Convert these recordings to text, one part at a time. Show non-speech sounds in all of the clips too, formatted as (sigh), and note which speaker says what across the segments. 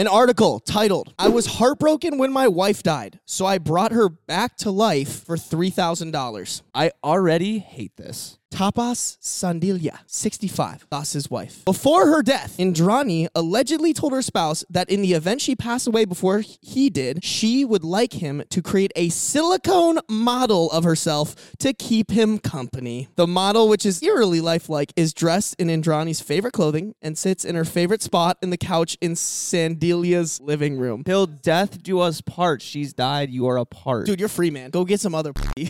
Speaker 1: An article titled, I was heartbroken when my wife died, so I brought her back to life for $3,000.
Speaker 2: I already hate this.
Speaker 1: Tapas Sandilia, 65, Das's wife. Before her death, Indrani allegedly told her spouse that in the event she passed away before he did, she would like him to create a silicone model of herself to keep him company. The model, which is eerily lifelike, is dressed in Indrani's favorite clothing and sits in her favorite spot in the couch in Sandilia's living room.
Speaker 2: Till death do us part. She's died. You are apart.
Speaker 1: Dude, you're free, man. Go get some other. (laughs) you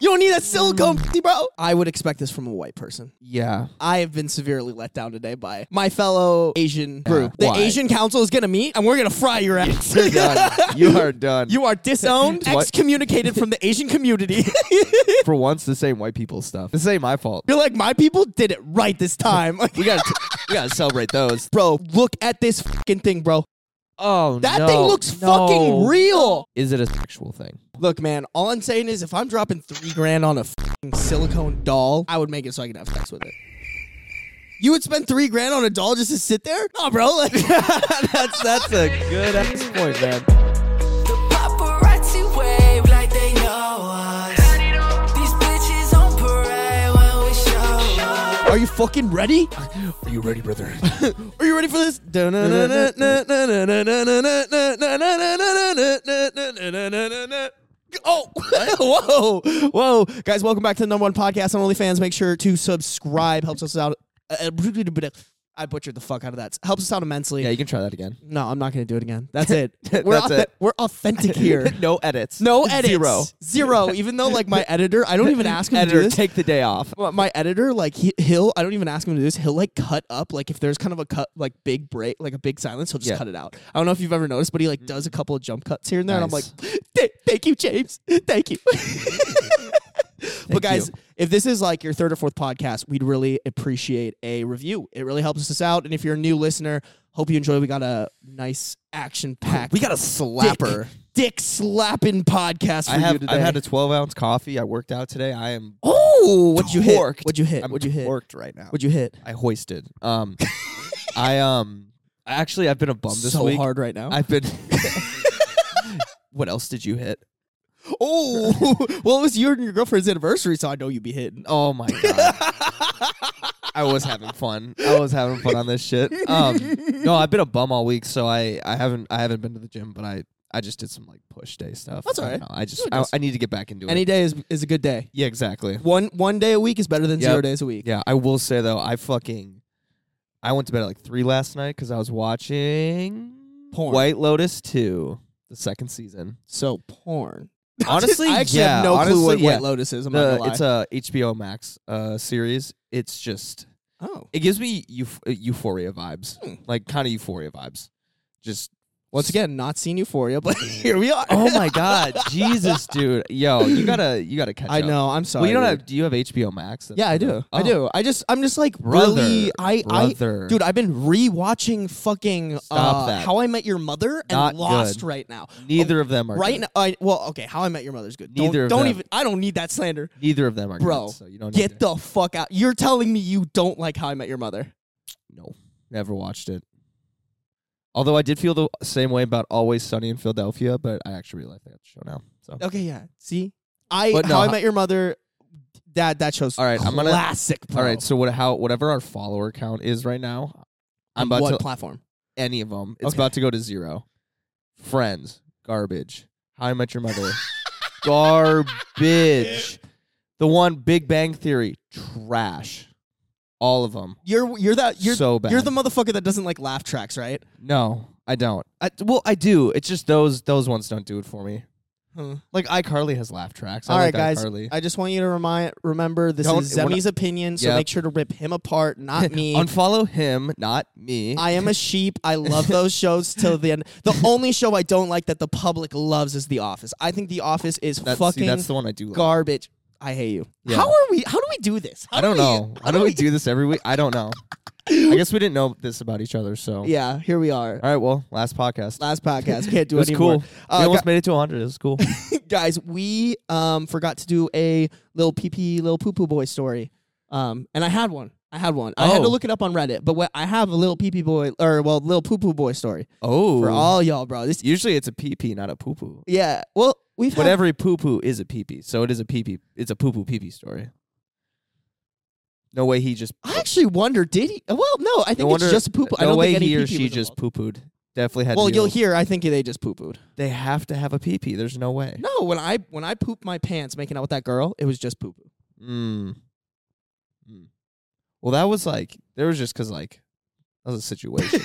Speaker 1: don't need that silicone, bro. I would expect this from a white person.
Speaker 2: Yeah.
Speaker 1: I have been severely let down today by my fellow Asian group. the
Speaker 2: why?
Speaker 1: Asian Council is going to meet, and we're going to fry your ass.
Speaker 2: You're (laughs) done. (laughs) you are
Speaker 1: (laughs)
Speaker 2: done.
Speaker 1: you are disowned,
Speaker 2: What?
Speaker 1: excommunicated from the Asian community. (laughs)
Speaker 2: for once the same white people stuff. This ain't my (laughs) fault.
Speaker 1: You're like, my people did it right this time. Like,
Speaker 2: (laughs) We gotta t- we gotta celebrate those.
Speaker 1: (laughs) bro, look at this fucking thing, bro.
Speaker 2: Oh
Speaker 1: That
Speaker 2: no,
Speaker 1: thing looks
Speaker 2: no.
Speaker 1: fucking real.
Speaker 2: Is it a sexual thing?
Speaker 1: Look, man, all I'm saying is if I'm dropping three grand on a fucking silicone doll, I would make it so I could have sex with it. You would spend three grand on a doll just to sit there? Nah, bro. Like,
Speaker 2: (laughs)
Speaker 1: (laughs)
Speaker 2: that's that's a good ass point, man.
Speaker 3: The paparazzi wave like they know us. These bitches on parade when we show up.
Speaker 1: are you fucking ready?
Speaker 2: Are you ready, brother?
Speaker 1: (laughs) Are you ready for this?
Speaker 2: (laughs)
Speaker 1: Oh, (laughs) whoa, whoa, guys! Welcome back to the number one podcast on OnlyFans. Make sure to subscribe; helps us out. (laughs) Uh, I butchered the fuck out of that. Helps us out immensely.
Speaker 2: yeah, you can try that again.
Speaker 1: No, I'm not gonna do it again. That's it. We're
Speaker 2: (laughs) That's
Speaker 1: authe-
Speaker 2: it.
Speaker 1: we're authentic
Speaker 2: (laughs)
Speaker 1: here.
Speaker 2: no Oh, edits.
Speaker 1: No edits.
Speaker 2: Zero.
Speaker 1: Zero. Even though, like,
Speaker 2: (laughs)
Speaker 1: my editor, I don't even ask him to do
Speaker 2: Editor,
Speaker 1: this.
Speaker 2: take the day off.
Speaker 1: But my editor, like he, he'll, I don't even ask him to do this. He'll like cut up, like if there's kind of a cut, like big break, like a big silence, he'll just
Speaker 2: Yeah.
Speaker 1: cut it out. I don't know if you've ever noticed, but he like does a couple of jump cuts here and there,
Speaker 2: Nice.
Speaker 1: and I'm like, "Th- thank you, James, thank
Speaker 2: (laughs)
Speaker 1: you. (laughs) but guys,
Speaker 2: you.
Speaker 1: if this is like your third or fourth podcast, we'd really appreciate a review. It really helps us out. And if you're a new listener, hope you enjoy. We got a nice action packed.
Speaker 2: We got a slapper.
Speaker 1: dick slapping podcast for
Speaker 2: I
Speaker 1: you
Speaker 2: have
Speaker 1: today.
Speaker 2: I've had a 12 ounce coffee. I worked out today. I am
Speaker 1: oh, what'd you hit?
Speaker 2: Torqued.
Speaker 1: What'd you hit?
Speaker 2: I'm
Speaker 1: what'd you hit?
Speaker 2: torqued right now.
Speaker 1: What'd you hit?
Speaker 2: I hoisted.
Speaker 1: (laughs)
Speaker 2: Um, I um actually I've been a bum this
Speaker 1: so
Speaker 2: week.
Speaker 1: hard right now.
Speaker 2: I've been. what else did you hit?
Speaker 1: (laughs) (laughs) oh, well, it was your and your girlfriend's anniversary, so I know you'd be (laughs) hitting.
Speaker 2: Oh my god! I was having fun. I was having fun on this shit. Um, no, I've been a bum all week, so I, I haven't I haven't been to the gym, but I I just did some like push day stuff.
Speaker 1: That's all
Speaker 2: I don't
Speaker 1: right.
Speaker 2: know. I just
Speaker 1: You're
Speaker 2: I,
Speaker 1: just-
Speaker 2: I need to get back into
Speaker 1: Any
Speaker 2: it.
Speaker 1: day is is a good day.
Speaker 2: Yeah, exactly.
Speaker 1: One one day a week is better than
Speaker 2: Yep.
Speaker 1: zero days a week.
Speaker 2: Yeah, I will say though, I fucking I went to bed at like three last night because I was watching
Speaker 1: Porn.
Speaker 2: White Lotus two, the second season.
Speaker 1: So porn. (laughs)
Speaker 2: Honestly,
Speaker 1: I actually
Speaker 2: yeah,
Speaker 1: have no
Speaker 2: honestly,
Speaker 1: clue what
Speaker 2: yeah.
Speaker 1: White Lotus is. I'm not
Speaker 2: The-
Speaker 1: gonna lie.
Speaker 2: it's a HBO Max uh, series. It's just
Speaker 1: oh,
Speaker 2: it gives me euf- uh, euphoria vibes,
Speaker 1: Hmm.
Speaker 2: like kind of euphoria vibes. Just
Speaker 1: (laughs) once again, not seen Euphoria, but (laughs) here we are.
Speaker 2: oh my god, Jesus, dude, yo, (laughs) you gotta you gotta catch
Speaker 1: I
Speaker 2: up.
Speaker 1: know. I'm sorry.
Speaker 2: Well, you don't
Speaker 1: dude.
Speaker 2: have? Do you have HBO Max? That's
Speaker 1: Yeah, I
Speaker 2: the-
Speaker 1: do. I
Speaker 2: Oh,
Speaker 1: do. I just I'm just like really. I
Speaker 2: brother.
Speaker 1: I dude. I've been rewatching fucking
Speaker 2: Stop
Speaker 1: uh,
Speaker 2: that.
Speaker 1: How I Met Your Mother and
Speaker 2: Not
Speaker 1: Lost
Speaker 2: good.
Speaker 1: right now.
Speaker 2: Neither of them are
Speaker 1: oh, right
Speaker 2: good.
Speaker 1: now. I, well, okay. How I Met Your Mother's good. Don't-
Speaker 2: Neither of
Speaker 1: don't
Speaker 2: them.
Speaker 1: even. I don't need that slander.
Speaker 2: Neither of them are
Speaker 1: Bro,
Speaker 2: Good, so you don't
Speaker 1: Get
Speaker 2: need to-
Speaker 1: the fuck out. You're telling me you don't like How I Met Your Mother.
Speaker 2: no. (laughs) Never watched it. Although I did feel the same way about Always Sunny in Philadelphia, but I actually really like that show now. So
Speaker 1: Okay, yeah. See, I
Speaker 2: But no,
Speaker 1: How I
Speaker 2: ho-
Speaker 1: Met Your Mother. That that shows
Speaker 2: All right, I'm gonna-
Speaker 1: classic.
Speaker 2: all right, so what? How whatever our follower count is right now, I'm about
Speaker 1: what
Speaker 2: to
Speaker 1: platform?
Speaker 2: any of them. It's
Speaker 1: Okay.
Speaker 2: about to go to zero. Friends, garbage. How I Met
Speaker 1: (laughs)
Speaker 2: Your Mother, garbage. The one Big Bang Theory, trash. All of them.
Speaker 1: You're you're that you're
Speaker 2: so bad.
Speaker 1: you're the motherfucker that doesn't like laugh tracks, right?
Speaker 2: no, I don't. I, well, I do. It's just those those ones don't do it for me.
Speaker 1: Huh.
Speaker 2: Like iCarly has laugh tracks. I
Speaker 1: All right,
Speaker 2: like
Speaker 1: guys.
Speaker 2: iCarly.
Speaker 1: I just want you to remind remember this
Speaker 2: Don't-
Speaker 1: is
Speaker 2: we're not-
Speaker 1: Zemi's opinion, so
Speaker 2: Yep.
Speaker 1: make sure to rip him apart,
Speaker 2: (laughs)
Speaker 1: not me.
Speaker 2: Unfollow him, not me.
Speaker 1: I am a sheep. I love
Speaker 2: (laughs)
Speaker 1: those shows till the end. The only show I don't like that the public loves is The Office. I think The Office is
Speaker 2: That's- see,
Speaker 1: fucking
Speaker 2: that's the one I do. Like.
Speaker 1: garbage. I hate you.
Speaker 2: Yeah.
Speaker 1: How are we? How do we do this? How
Speaker 2: I don't
Speaker 1: do we- (laughs)
Speaker 2: know. How do we do this every week? I don't know. I guess we didn't know this about each other, so
Speaker 1: Yeah, here we are.
Speaker 2: All right, well, last podcast.
Speaker 1: Last podcast. Can't do
Speaker 2: it was
Speaker 1: anymore.
Speaker 2: cool. we
Speaker 1: Uh,
Speaker 2: almost made it to 100. It
Speaker 1: (laughs)
Speaker 2: was cool.
Speaker 1: gu- guys, we um forgot to do a little pee pee, little poo poo boy story. Um, and I had one. I had one. I had to
Speaker 2: Oh.
Speaker 1: look it up on Reddit, but what, I have a little pee pee boy, or well, little poo poo boy story
Speaker 2: Oh,
Speaker 1: for all y'all, bro. This,
Speaker 2: usually it's a pee pee, not a poo poo.
Speaker 1: yeah. Well, we've
Speaker 2: But
Speaker 1: had-
Speaker 2: every poo poo is a pee pee, so it is a pee pee. It's a poo poo pee pee story. No way he just.
Speaker 1: I actually wonder, did he? Well, no, I think
Speaker 2: no wonder,
Speaker 1: it's just poo poo.
Speaker 2: No
Speaker 1: I don't
Speaker 2: way
Speaker 1: think any
Speaker 2: he or
Speaker 1: pee-pee
Speaker 2: she
Speaker 1: was
Speaker 2: just
Speaker 1: involved.
Speaker 2: poo pooed. Definitely had.
Speaker 1: Well,
Speaker 2: to
Speaker 1: you'll
Speaker 2: deal-
Speaker 1: hear. I think they just poo pooed.
Speaker 2: They have to have a pee pee. There's no way.
Speaker 1: No, when I when I pooped my pants making out with that girl, it was just poo poo.
Speaker 2: Mm. Mm. Well, that was like there was just because like that was a
Speaker 1: (laughs)
Speaker 2: situation.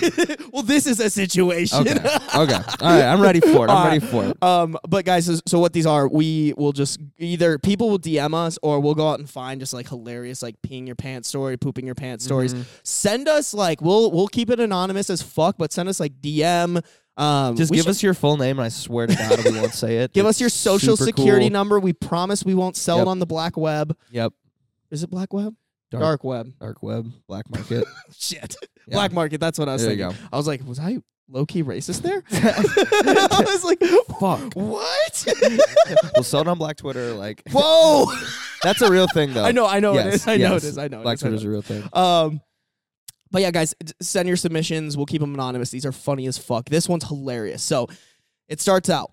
Speaker 1: (laughs) well, this is a situation.
Speaker 2: okay.
Speaker 1: (laughs)
Speaker 2: Okay. All right. I'm ready for it. I'm ready for it.
Speaker 1: Um, but guys, so, so what these are, we will just either people will DM us or we'll go out and find just like hilarious, like peeing your pants story, pooping your pants stories.
Speaker 2: Mhm.
Speaker 1: Send us like we'll we'll keep it anonymous as fuck, but send us like DM. Um,
Speaker 2: Just
Speaker 1: we
Speaker 2: give
Speaker 1: should-
Speaker 2: us your full name, and I swear to God, we won't say
Speaker 1: (laughs)
Speaker 2: it.
Speaker 1: give
Speaker 2: It's
Speaker 1: us your social
Speaker 2: super
Speaker 1: security
Speaker 2: cool.
Speaker 1: number. We promise we won't sell it
Speaker 2: Yep.
Speaker 1: on the black web.
Speaker 2: Yep.
Speaker 1: Is it black web?
Speaker 2: Dark.
Speaker 1: Dark
Speaker 2: (laughs)
Speaker 1: web.
Speaker 2: Dark web, black market.
Speaker 1: (laughs) Shit.
Speaker 2: Yeah.
Speaker 1: Black market. That's what I was
Speaker 2: There you
Speaker 1: thinking. I was like, was I low key racist
Speaker 2: (laughs)
Speaker 1: there? (laughs) I
Speaker 2: Fuck.
Speaker 1: was like,
Speaker 2: (laughs)
Speaker 1: what?
Speaker 2: We'll sell it on Black Twitter. Like
Speaker 1: Whoa.
Speaker 2: that's a real thing,
Speaker 1: (laughs)
Speaker 2: though.
Speaker 1: I know, I know it
Speaker 2: Yes,
Speaker 1: is. I know it
Speaker 2: yes.
Speaker 1: is. I know it
Speaker 2: Black
Speaker 1: is, I
Speaker 2: Twitter's
Speaker 1: know.
Speaker 2: a real thing.
Speaker 1: Um, but yeah, guys, d- send your submissions. We'll keep them anonymous. These are funny as fuck. This one's hilarious. So it starts out.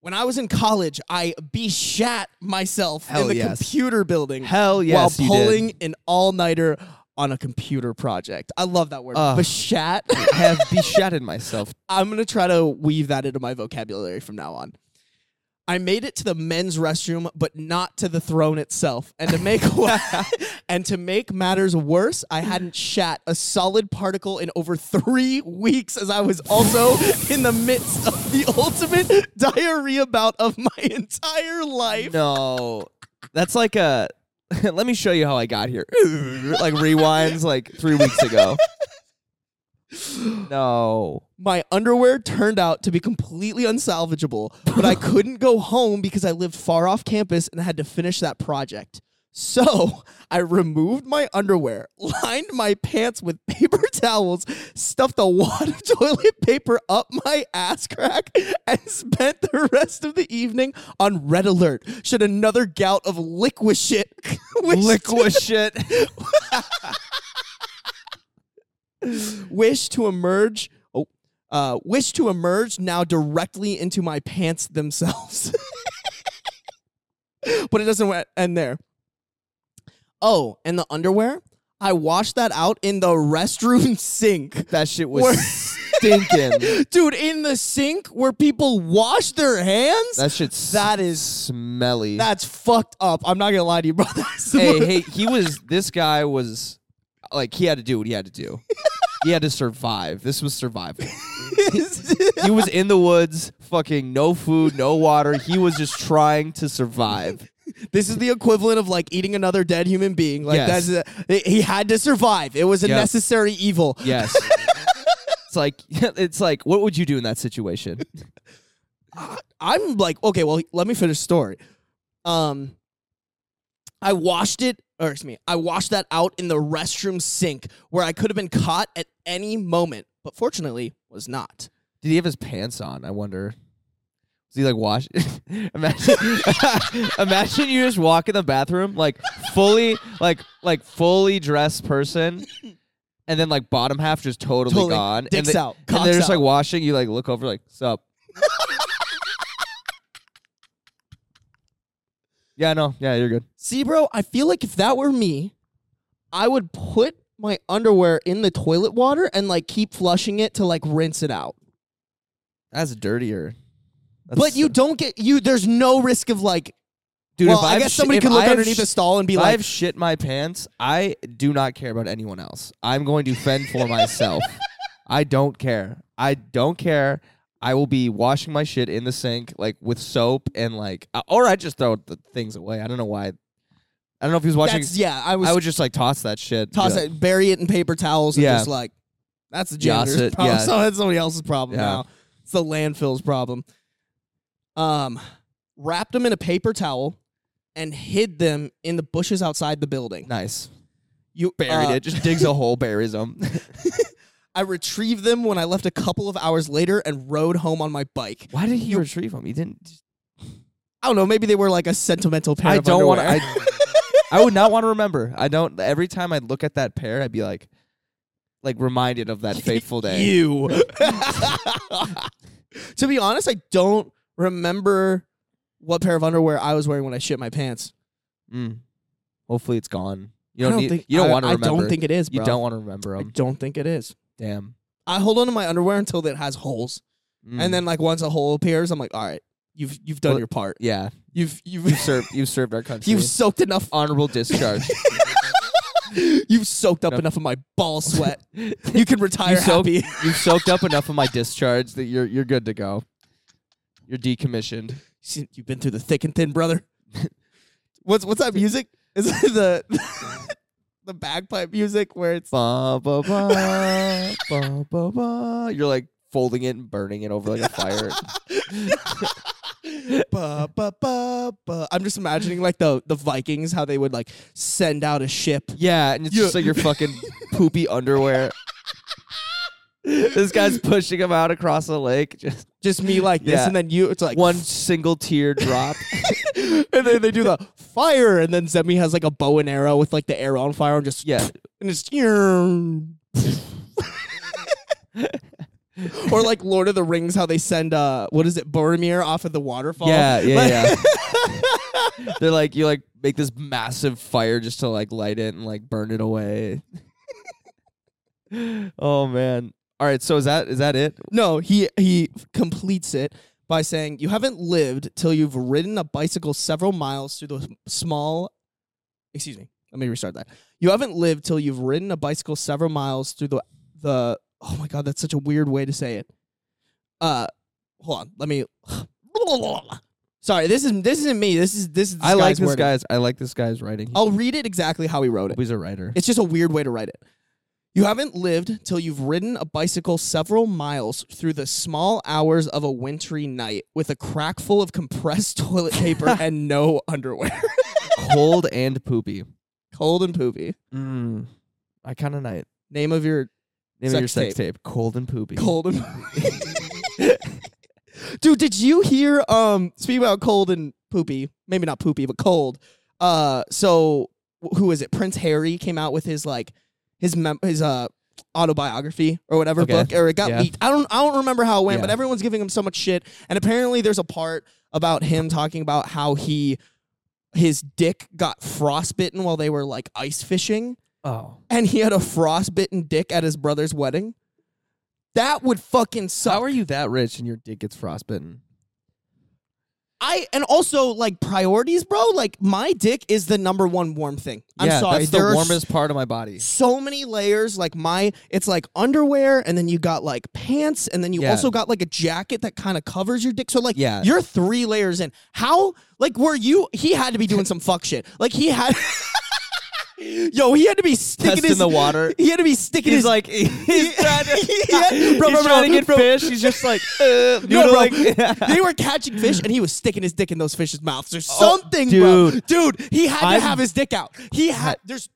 Speaker 1: When I was in college, I beshat myself in
Speaker 2: Hell
Speaker 1: the
Speaker 2: yes.
Speaker 1: computer building
Speaker 2: Hell yes,
Speaker 1: while
Speaker 2: you
Speaker 1: pulling
Speaker 2: did.
Speaker 1: an all-nighter on a computer project. I love that word.
Speaker 2: Ugh.
Speaker 1: beshat.
Speaker 2: have beshatted myself.
Speaker 1: (laughs) I'm gonna try to weave that into my vocabulary from now on. I made it to the men's restroom, but not to the throne itself. And to
Speaker 2: (laughs)
Speaker 1: make (laughs) and to make matters worse, I hadn't shat a solid particle in over three weeks, as I was
Speaker 2: (laughs)
Speaker 1: also in the midst of the ultimate diarrhea bout of my entire life.
Speaker 2: No, that's like a. (laughs) let me show you how I got here. (laughs) like rewinds like three weeks ago. No.
Speaker 1: My underwear turned out to be completely unsalvageable, but I couldn't go home because I lived far off campus and had to finish that project. So (laughs) I removed my underwear, (laughs) lined my pants with paper (laughs) towels, stuffed a wad of (laughs) toilet paper up my ass crack, and (laughs) spent the rest of the evening on red alert should another gout of liquid shit. (laughs) wish to- (laughs)
Speaker 2: Liquid shit.
Speaker 1: wish to emerge oh uh, wish to emerge now directly into my pants themselves (laughs) but it doesn't wa- end there oh and the underwear i washed that out in the restroom (laughs) sink
Speaker 2: That shit
Speaker 1: Where-
Speaker 2: was stinking.
Speaker 1: dude in the sink where people wash their hands
Speaker 2: That
Speaker 1: (laughs)
Speaker 2: shit's
Speaker 1: That is- (laughs)
Speaker 2: smelly.
Speaker 1: that's fucked up i'm not gonna lie to you bro (laughs) That's the
Speaker 2: hey,
Speaker 1: worst.
Speaker 2: hey, he was this guy was like he had to do what he had to do. he had to survive. This was survival. he was in the woods, fucking no food, no water. He was just trying to survive.
Speaker 1: (laughs) this is the equivalent of like eating another dead human being like
Speaker 2: Yes.
Speaker 1: that's a, he had to survive it was a
Speaker 2: Yep.
Speaker 1: necessary evil
Speaker 2: Yes. it's like (laughs) it's like what would you do in that situation?
Speaker 1: (sighs) I'm like, okay, well, let me finish the story. Um, I washed it, or excuse me, I washed that out in the restroom sink where I could have been caught at any moment, but fortunately was not.
Speaker 2: Did he have his pants on? I wonder. Is he like wash? (laughs) imagine, imagine you (laughs) just walk in the bathroom like fully, like like fully dressed person, and then like bottom half just totally,
Speaker 1: Totally.
Speaker 2: gone.
Speaker 1: Dicks
Speaker 2: and they-
Speaker 1: out.
Speaker 2: and
Speaker 1: Cocks
Speaker 2: they're just like
Speaker 1: out.
Speaker 2: washing. You like look over like sup. yeah, no, yeah, you're good.
Speaker 1: See, bro, I feel like if that were me, I would put my underwear in the toilet water and like keep flushing it to like rinse it out.
Speaker 2: That's dirtier. That's-
Speaker 1: but you don't get you. There's no risk of like.
Speaker 2: dude.
Speaker 1: well,
Speaker 2: if
Speaker 1: I
Speaker 2: I've
Speaker 1: guess
Speaker 2: sh-
Speaker 1: somebody
Speaker 2: if
Speaker 1: could look
Speaker 2: I've
Speaker 1: underneath
Speaker 2: sh-
Speaker 1: the stall and be
Speaker 2: If
Speaker 1: like,
Speaker 2: I've shit my pants, I do not care about anyone else. I'm going to fend
Speaker 1: (laughs)
Speaker 2: for myself. I don't care. I don't care. I will be washing my shit in the sink, like with soap and like, uh, or I just throw the things away. I don't know why. I don't know if he was watching.
Speaker 1: "That's yeah." I was
Speaker 2: I would just like toss that shit.
Speaker 1: toss
Speaker 2: Yeah.
Speaker 1: it, bury it in paper towels, and
Speaker 2: Yeah.
Speaker 1: just like that's the
Speaker 2: Joss
Speaker 1: janitor's
Speaker 2: it,
Speaker 1: problem.
Speaker 2: yeah.
Speaker 1: So (laughs) that's somebody else's problem
Speaker 2: Yeah.
Speaker 1: now. It's the landfill's problem. Um, wrapped them in a paper towel and hid them in the bushes outside the building.
Speaker 2: Nice.
Speaker 1: You
Speaker 2: Buried
Speaker 1: uh,
Speaker 2: it. Just digs a hole,
Speaker 1: (laughs)
Speaker 2: buries them.
Speaker 1: I retrieved them when I left a couple of hours later and rode home on my bike.
Speaker 2: why did he retrieve them? He didn't.
Speaker 1: I don't know. Maybe they were like a sentimental pair.
Speaker 2: I
Speaker 1: of
Speaker 2: don't want.
Speaker 1: underwear.
Speaker 2: I (laughs) I would not want to remember. I don't. Every time I'd look at that pair, I'd be like, like reminded of
Speaker 1: (laughs)
Speaker 2: that fateful day.
Speaker 1: You.
Speaker 2: (laughs)
Speaker 1: to be honest, I don't remember what pair of underwear I was wearing when I shit my pants.
Speaker 2: Mm. Hopefully, it's gone. You
Speaker 1: I
Speaker 2: don't,
Speaker 1: don't
Speaker 2: need.
Speaker 1: think
Speaker 2: you don't
Speaker 1: I-
Speaker 2: want to remember.
Speaker 1: I don't think it is, bro.
Speaker 2: you don't want to remember
Speaker 1: I
Speaker 2: them.
Speaker 1: don't think it is.
Speaker 2: Damn.
Speaker 1: I hold on to my underwear until it has holes,
Speaker 2: Mm.
Speaker 1: and then like once a hole appears, I'm like, all right, you've you've done
Speaker 2: Well-
Speaker 1: your part.
Speaker 2: yeah,
Speaker 1: You've you've
Speaker 2: you've served. You've served our country.
Speaker 1: you've soaked (laughs) enough.
Speaker 2: honorable
Speaker 1: (laughs)
Speaker 2: discharge.
Speaker 1: You've soaked up
Speaker 2: No.
Speaker 1: enough of my
Speaker 2: (laughs)
Speaker 1: ball sweat. you can retire
Speaker 2: You soaked-
Speaker 1: happy. (laughs)
Speaker 2: you've soaked up enough of my discharge that you're you're good to go. You're decommissioned.
Speaker 1: Shit, You've been through the thick and thin,
Speaker 2: (laughs)
Speaker 1: brother. what's what's that music? Is it
Speaker 2: (laughs)
Speaker 1: the the bagpipe music where it's
Speaker 2: Ba ba ba ba ba ba. You're like folding it and burning it over like a
Speaker 1: (laughs)
Speaker 2: fire.
Speaker 1: (laughs) ba, ba, ba, ba. I'm just imagining like the the Vikings how they would like send out a ship.
Speaker 2: Yeah, and it's
Speaker 1: Yeah.
Speaker 2: just like your fucking
Speaker 1: (laughs)
Speaker 2: poopy underwear. this guy's pushing him out across the lake. Just
Speaker 1: Just me like this,
Speaker 2: Yeah.
Speaker 1: and then you. It's like
Speaker 2: one single
Speaker 1: (laughs)
Speaker 2: tear drop.
Speaker 1: and then they do the fire, and then Zemi has like a bow and arrow with like the arrow on fire, and just
Speaker 2: Yeah.
Speaker 1: and it's (laughs) or like Lord of the Rings, how they send uh, what is it, Boromir off of the waterfall?
Speaker 2: Yeah,
Speaker 1: Like- (laughs)
Speaker 2: yeah, yeah. They're like you like make this massive fire just to like light it and like burn it away. (laughs) oh man. All right, so is that is that it?
Speaker 1: No, he he completes it by saying, "You haven't lived till you've ridden a bicycle several miles through the small." Excuse me. Let me restart that. You haven't lived till you've ridden a bicycle several miles through the the. Oh my god, that's such a weird way to say it. Uh, hold on. Let me. (sighs) Sorry, this is this isn't me. This is this is. This
Speaker 2: I like
Speaker 1: guy's Oh.
Speaker 2: this
Speaker 1: wording.
Speaker 2: guy's I like this guy's writing.
Speaker 1: I'll read it exactly how he wrote it.
Speaker 2: (laughs) he's a writer.
Speaker 1: It's just a weird way to write it. You haven't lived till you've ridden a bicycle several miles through the small hours of a wintry night with a crack full of compressed (laughs) toilet paper and no underwear. (laughs)
Speaker 2: Cold and poopy.
Speaker 1: Cold and poopy.
Speaker 2: Mm. I kind of night.
Speaker 1: Name of your
Speaker 2: Name
Speaker 1: Sex
Speaker 2: of your sex tape. Cold and poopy.
Speaker 1: cold and (laughs) Dude, did you hear um speaking about cold and poopy, maybe not poopy, but cold. Uh so wh- who is it? Prince Harry came out with his like his mem- his uh autobiography or whatever
Speaker 2: Okay.
Speaker 1: book or it got
Speaker 2: Yeah.
Speaker 1: leaked. I don't I don't remember how it went, but
Speaker 2: Yeah.
Speaker 1: everyone's giving him so much shit and apparently there's a part about him talking about how he his dick got frostbitten while they were like ice fishing
Speaker 2: Oh.
Speaker 1: and he had a frostbitten dick at his brother's wedding, that would fucking suck.
Speaker 2: How are you that rich and your dick gets frostbitten?
Speaker 1: I and also like priorities, bro. Like my dick is the number one warm thing. I'm
Speaker 2: yeah,
Speaker 1: sorry,
Speaker 2: that's
Speaker 1: there
Speaker 2: the
Speaker 1: are
Speaker 2: warmest part of my body.
Speaker 1: s- So many layers, like my, it's like underwear, and then you got like pants, and then you
Speaker 2: Yeah.
Speaker 1: also got like a jacket that kind of covers your dick. So like,
Speaker 2: Yeah.
Speaker 1: you're three layers in. How like were you? He had to be doing some fuck shit. Like he had, (laughs) yo, he had to be sticking
Speaker 2: Test in
Speaker 1: his (laughs)
Speaker 2: the water.
Speaker 1: He had to be sticking
Speaker 2: He's
Speaker 1: his
Speaker 2: like (laughs) he's trying to, (laughs)
Speaker 1: Yeah, bro,
Speaker 2: he's
Speaker 1: bro,
Speaker 2: trying
Speaker 1: bro,
Speaker 2: to get
Speaker 1: bro.
Speaker 2: fish. He's just (laughs) like
Speaker 1: No,
Speaker 2: uh,
Speaker 1: bro.
Speaker 2: (laughs) noodling.
Speaker 1: (laughs) they were catching fish, and he was sticking his dick in those fish's mouths. There's
Speaker 2: Oh,
Speaker 1: something,
Speaker 2: dude.
Speaker 1: bro. Dude, he had
Speaker 2: I'm-
Speaker 1: to have his dick out. He had. There's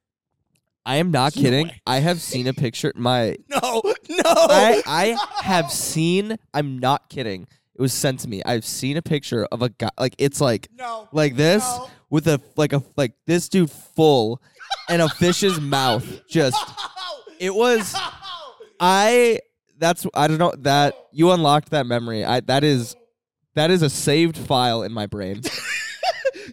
Speaker 2: I am not kidding.
Speaker 1: way.
Speaker 2: I have seen a picture. My
Speaker 1: (laughs) no, no.
Speaker 2: I I have seen. I'm not kidding. It was sent to me. I've seen a picture of a guy. Like it's like
Speaker 1: no. (laughs)
Speaker 2: like this
Speaker 1: No.
Speaker 2: with a like a like this dude full and a fish's (laughs) mouth just. It (laughs) was I. That's I don't know that you unlocked that memory. I that is that is a saved file in my brain.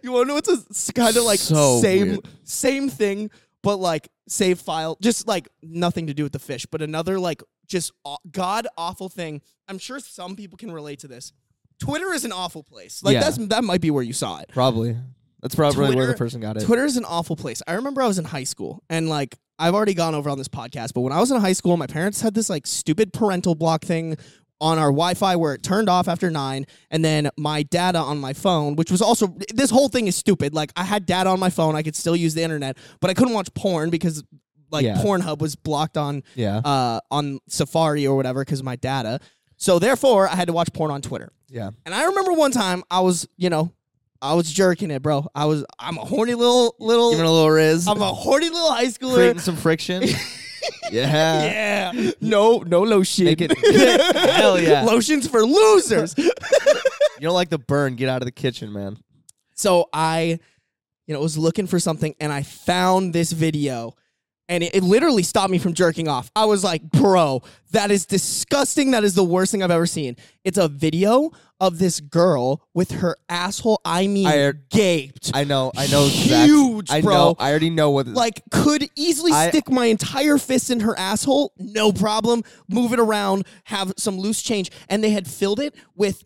Speaker 1: You want to know what's kind of like
Speaker 2: So
Speaker 1: same
Speaker 2: weird.
Speaker 1: same thing, but like save file, just like nothing to do with the fish, but another like just aw- god awful thing. I'm sure some people can relate to this. Twitter is an awful place. Like
Speaker 2: Yeah.
Speaker 1: that's that might be where you saw it.
Speaker 2: Probably. That's probably where the
Speaker 1: Twitter-
Speaker 2: person got it.
Speaker 1: Twitter is an awful place. I remember I was in high school and like I've already gone over on this podcast, but when I was in high school, my parents had this like stupid parental block thing on our Wi-Fi where it turned off after nine, and then my data on my phone, which was also this whole thing is stupid. Like I had data on my phone, I could still use the internet, but I couldn't watch porn because like
Speaker 2: Yeah.
Speaker 1: Pornhub was blocked on
Speaker 2: Yeah.
Speaker 1: uh, on Safari or whatever because of my data. So therefore, I had to watch porn on Twitter.
Speaker 2: yeah.
Speaker 1: And I remember one time I was, you know, I was jerking it, bro. I was, I'm a horny little, little,
Speaker 2: Give it a little riz.
Speaker 1: I'm a horny little high schooler.
Speaker 2: creating some (laughs) friction. yeah.
Speaker 1: Yeah. No, no lotion. (laughs)
Speaker 2: Make it- Hell yeah.
Speaker 1: Lotions for losers.
Speaker 2: You don't like the burn, get out of the kitchen, man.
Speaker 1: so I you know, was looking for something and I found this video and it, it literally stopped me from jerking off. I was like, bro, that is disgusting. That is the worst thing I've ever seen. It's a video of this girl with her asshole, I mean,
Speaker 2: I-
Speaker 1: gaped.
Speaker 2: I know, I know,
Speaker 1: Huge,
Speaker 2: Zach, I
Speaker 1: bro.
Speaker 2: know, I already know what.
Speaker 1: like could easily
Speaker 2: I-
Speaker 1: stick my entire fist in her asshole, no problem. Move it around, have some loose change, and they had filled it with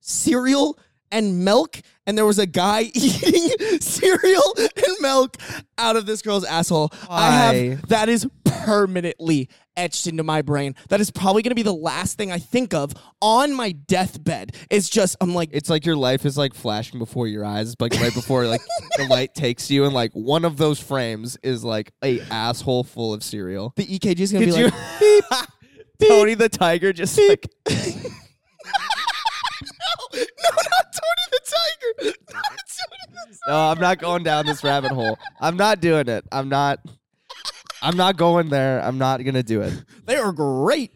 Speaker 1: cereal and milk, and there was a guy (laughs) eating cereal and milk out of this girl's asshole. I
Speaker 2: Why?
Speaker 1: have that is permanently etched into my brain. That is probably going to be the last thing I think of on my deathbed. It's just I'm like
Speaker 2: it's like your life is like flashing before your eyes, like right before like the light takes you, and like one of those frames is like a asshole full of cereal.
Speaker 1: the EKG is going to
Speaker 2: Did
Speaker 1: be
Speaker 2: you- (laughs)
Speaker 1: like beep.
Speaker 2: Tony the Tiger just like
Speaker 1: (laughs) no, not Tony the Tiger. (laughs) Not Tony the Tiger.
Speaker 2: no, I'm not going down this rabbit hole. I'm not doing it. I'm not. I'm not going there. I'm not gonna do it.
Speaker 1: They are great.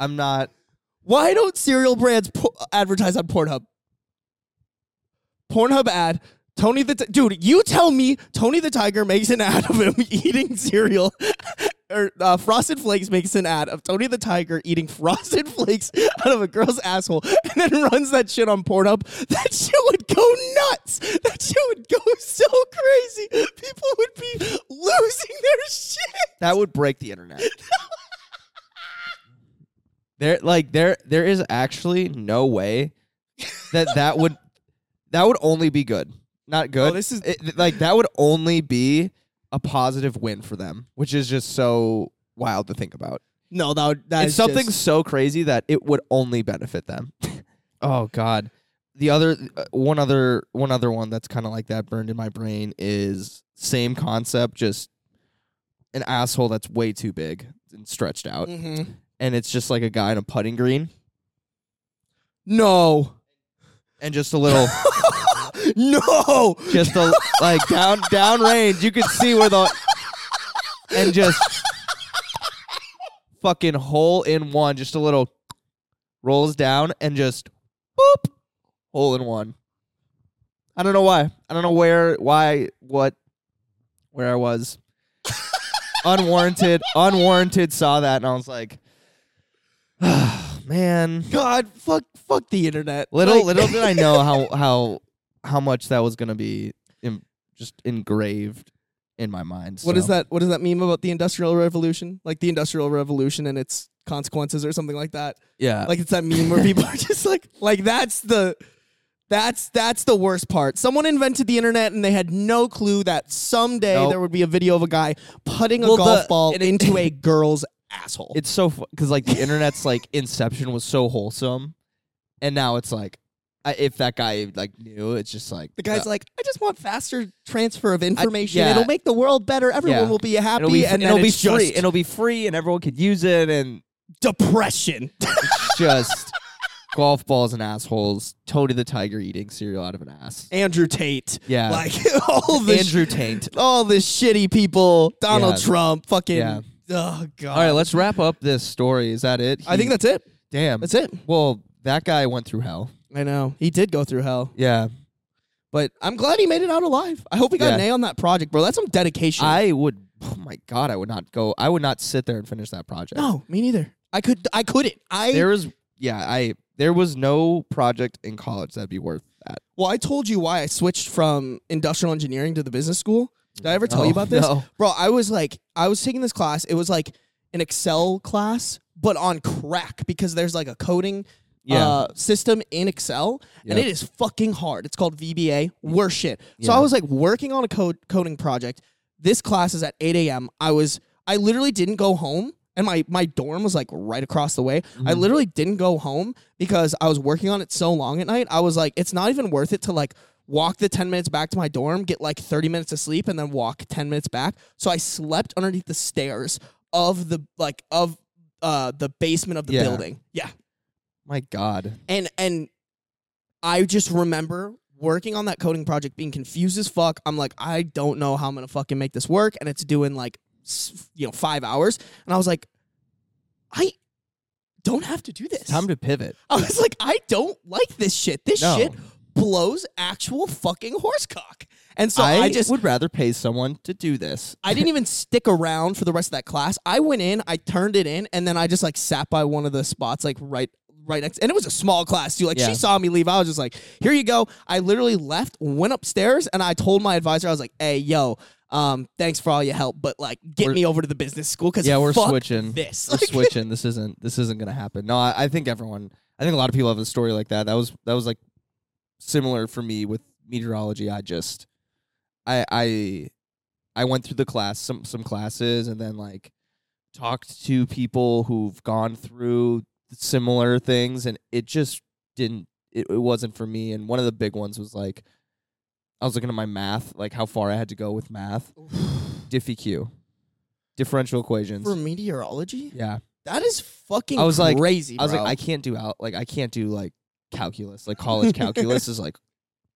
Speaker 2: I'm not.
Speaker 1: Why don't cereal brands po- advertise on Pornhub? Pornhub ad. Tony the Ti- dude, you tell me Tony the Tiger makes an ad of him (laughs) eating cereal, (laughs) or uh, Frosted Flakes makes an ad of Tony the Tiger eating Frosted Flakes out of a girl's asshole, and then runs that shit on Pornhub. That shit would go nuts. That shit would go so crazy. People would be losing their shit.
Speaker 2: That would break the internet. there, like there, there is actually no way that that would that would only be good. Not good.
Speaker 1: Oh, this is-
Speaker 2: It- like that would only be a positive win for them, which is just so wild to think about.
Speaker 1: No, that would, that
Speaker 2: it's
Speaker 1: is
Speaker 2: something
Speaker 1: just-
Speaker 2: so crazy that it would only benefit them. (laughs) oh God. The other uh, one, other one, other one that's kind of like that burned in my brain is same concept, just an asshole that's way too big and stretched out,
Speaker 1: Mhm.
Speaker 2: and it's just like a guy in a putting green
Speaker 1: No.
Speaker 2: and just a little,
Speaker 1: no.
Speaker 2: just a like down down range. You could see where the and just fucking hole in one, just a little rolls down and just boop hole in one. I don't know why. I don't know where, why, what, where I was. (laughs) unwarranted, unwarranted. Saw that and I was like, (sighs) ah, man.
Speaker 1: God, fuck, fuck the internet.
Speaker 2: Little
Speaker 1: Like,
Speaker 2: little did I
Speaker 1: (laughs)
Speaker 2: know how how how much that was gonna be Im- just engraved in my mind.
Speaker 1: What is
Speaker 2: so.
Speaker 1: that? What does that meme about the Industrial Revolution? Like the Industrial Revolution and its consequences, or something like that.
Speaker 2: Yeah.
Speaker 1: Like it's that meme where people are (laughs) just like, like that's the, that's that's the worst part. Someone invented the internet and they had no clue that someday
Speaker 2: Nope.
Speaker 1: there would be a video of a guy putting a
Speaker 2: Well,
Speaker 1: golf
Speaker 2: the-
Speaker 1: ball
Speaker 2: and it-
Speaker 1: into
Speaker 2: (laughs)
Speaker 1: a girl's asshole.
Speaker 2: it's so because like the internet's like inception was so wholesome, and now it's like I, if that guy like knew, it's just like
Speaker 1: the guy's
Speaker 2: uh,
Speaker 1: like, I just want faster transfer of information.
Speaker 2: yeah.
Speaker 1: It'll make the world better. Everyone
Speaker 2: Yeah.
Speaker 1: will be happy,
Speaker 2: it'll be
Speaker 1: and then
Speaker 2: it'll be
Speaker 1: it's
Speaker 2: free,
Speaker 1: just
Speaker 2: it'll be free, and everyone could use it, and
Speaker 1: depression.
Speaker 2: it's
Speaker 1: (laughs)
Speaker 2: just golf balls and assholes, Tony the Tiger eating cereal out of an ass.
Speaker 1: Andrew Tate.
Speaker 2: Yeah.
Speaker 1: Like (laughs) all this
Speaker 2: Uh, Andrew Taint.
Speaker 1: all this shitty people, Donald
Speaker 2: Yeah.
Speaker 1: Trump, fucking
Speaker 2: Yeah.
Speaker 1: oh god.
Speaker 2: All right, let's wrap up this story. Is that it?
Speaker 1: I think
Speaker 2: He-
Speaker 1: that's it.
Speaker 2: damn.
Speaker 1: That's it.
Speaker 2: Well, that guy went through hell.
Speaker 1: I know. He did go through hell,
Speaker 2: Yeah.
Speaker 1: but I'm glad he made it out alive. I hope he got an
Speaker 2: Yeah.
Speaker 1: A on that project, bro. That's some dedication.
Speaker 2: I would oh my god, I would not go I would not sit there and finish that project.
Speaker 1: no, me neither. I could I couldn't. I
Speaker 2: There is yeah, I there was no project in college that'd be worth that.
Speaker 1: well, I told you why I switched from industrial engineering to the business school. Did I ever tell
Speaker 2: No,
Speaker 1: you about this?
Speaker 2: Oh, no.
Speaker 1: Bro, I was like, I was taking this class. It was like an Excel class, but on crack because there's like a coding
Speaker 2: Yeah.
Speaker 1: uh, system in Excel, and
Speaker 2: Yep.
Speaker 1: it is fucking hard. It's called VBA. Worse shit. So
Speaker 2: Yeah.
Speaker 1: I was like working on a code coding project. This class is at 8 a.m. I was, I literally didn't go home. And my, my dorm was like right across the way. I
Speaker 2: Mm-hmm.
Speaker 1: literally didn't go home because I was working on it so long at night. I was like, it's not even worth it to like walk the 10 minutes back to my dorm, get like 30 minutes of sleep, and then walk 10 minutes back. So I slept underneath the stairs of the like of uh the basement of the
Speaker 2: Yeah.
Speaker 1: building. Yeah
Speaker 2: My god.
Speaker 1: and and I just remember working on that coding project being confused as fuck. I'm like, I don't know how I'm gonna fucking make this work, and it's doing like s- you know five hours, and I was like, I don't have to do this.
Speaker 2: Time to pivot.
Speaker 1: I was like, I don't like this shit. This
Speaker 2: No.
Speaker 1: shit blows actual fucking horsecock. And so I,
Speaker 2: I,
Speaker 1: just
Speaker 2: would rather pay someone to do this.
Speaker 1: I didn't even stick around for the rest of that class. I went in, I turned it in, and then I just like sat by one of the spots, like right right next and it was a small class too. Like
Speaker 2: Yeah.
Speaker 1: she saw me leave. I was just like, here you go. I literally left, went upstairs, and I told my advisor, I was like, hey, yo, um, thanks for all your help, but like get
Speaker 2: We're-
Speaker 1: me over to the business school because
Speaker 2: Yeah, we're
Speaker 1: fuck (laughs)
Speaker 2: switching.
Speaker 1: this.
Speaker 2: We're
Speaker 1: Like,
Speaker 2: switching. This isn't this isn't gonna happen. No, I, I think everyone I think a lot of people have a story like that. That was that was like similar for me with meteorology. I just I I I went through the class some some classes and then like talked to people who've gone through similar things and it just didn't it, it wasn't for me and one of the big ones was like I was looking at my math, like how far I had to go with math. Diffie Q. Differential equations.
Speaker 1: (sighs) for meteorology?
Speaker 2: yeah.
Speaker 1: That is fucking
Speaker 2: I was like-
Speaker 1: crazy.
Speaker 2: I was
Speaker 1: bro.
Speaker 2: like, I can't do out like I can't do like calculus. Like college calculus is like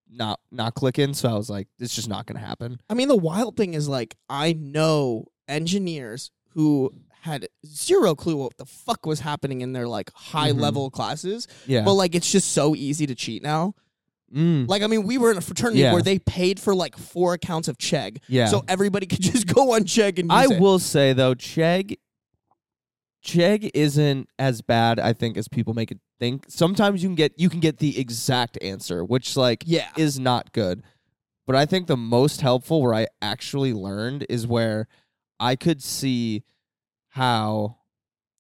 Speaker 2: not not clicking. So I was like, it's just not gonna happen.
Speaker 1: I mean, the wild thing is like I know engineers who had zero clue what the fuck was happening in their like high
Speaker 2: Mhm.
Speaker 1: level classes,
Speaker 2: Yeah.
Speaker 1: but like it's just so easy to cheat now.
Speaker 2: mm,
Speaker 1: Like I mean, we were in a fraternity
Speaker 2: Yeah.
Speaker 1: where they paid for like four accounts of Chegg,
Speaker 2: yeah.
Speaker 1: so everybody (laughs) could just go on Chegg and use
Speaker 2: I
Speaker 1: it.
Speaker 2: will say though, Chegg Chegg isn't as bad, I think, as people make it think. Sometimes you can get you can get the exact answer, which like
Speaker 1: Yeah,
Speaker 2: is not good. But I think the most helpful where I actually learned is where I could see how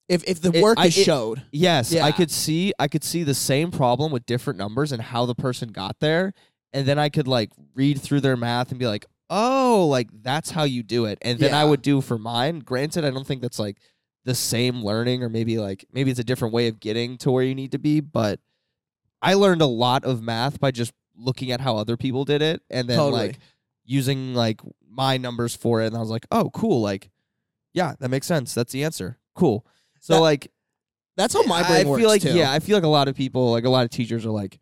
Speaker 1: if if the
Speaker 2: It-
Speaker 1: work
Speaker 2: I-
Speaker 1: is
Speaker 2: it-
Speaker 1: showed,
Speaker 2: yes,
Speaker 1: Yeah.
Speaker 2: I could see I could see the same problem with different numbers and how the person got there and then I could like read through their math and be like, "Oh, like that's how you do it." And then I
Speaker 1: Yeah.
Speaker 2: would do for mine. Granted, I don't think that's like the same learning or maybe like maybe it's a different way of getting to where you need to be, but I learned a lot of math by just looking at how other people did it and then
Speaker 1: Totally.
Speaker 2: like using like my numbers for it and I was like, "Oh, cool. Like yeah, that makes sense. That's the answer. Cool." So
Speaker 1: That-
Speaker 2: like
Speaker 1: that's how my brain
Speaker 2: I
Speaker 1: works
Speaker 2: feel like
Speaker 1: too.
Speaker 2: yeah, I feel like a lot of people, like a lot of teachers, are like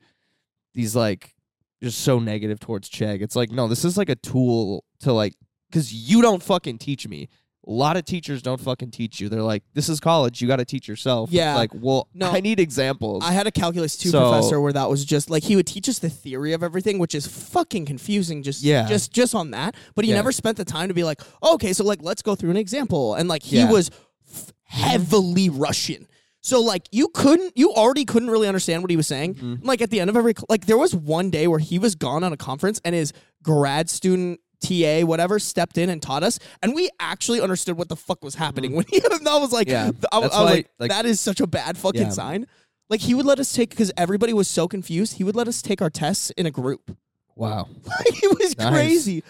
Speaker 2: these like just so negative towards Chegg. It's like no, this is like a tool to like because you don't fucking teach me. A lot of teachers don't fucking teach you. They're like, this is college. You got to teach yourself. It's
Speaker 1: Yeah.
Speaker 2: like, well,
Speaker 1: No.
Speaker 2: I need examples.
Speaker 1: I had a calculus two
Speaker 2: So-
Speaker 1: professor where that was just like he would teach us the theory of everything, which is fucking confusing. Just
Speaker 2: Yeah.
Speaker 1: just just on that, but he
Speaker 2: Yeah.
Speaker 1: never spent the time to be like, okay, so like let's go through an example, and like he
Speaker 2: Yeah.
Speaker 1: was f- heavily Russian. So like you couldn't, you already couldn't really understand what he was saying.
Speaker 2: Mhm.
Speaker 1: Like at the end of every, cl- like there was one day where he was gone on a conference and his grad student TA whatever stepped in and taught us, and we actually understood what the fuck was happening. When he, (laughs) and I was like,
Speaker 2: Mm-hmm. Yeah.
Speaker 1: th- I, I was
Speaker 2: That's why,
Speaker 1: like,
Speaker 2: like-
Speaker 1: that is such a bad fucking
Speaker 2: Yeah.
Speaker 1: sign. Like he would let us take because everybody was so confused. He would let us take our tests in a group. (laughs)
Speaker 2: wow.
Speaker 1: Like, it was
Speaker 2: Nice.
Speaker 1: crazy.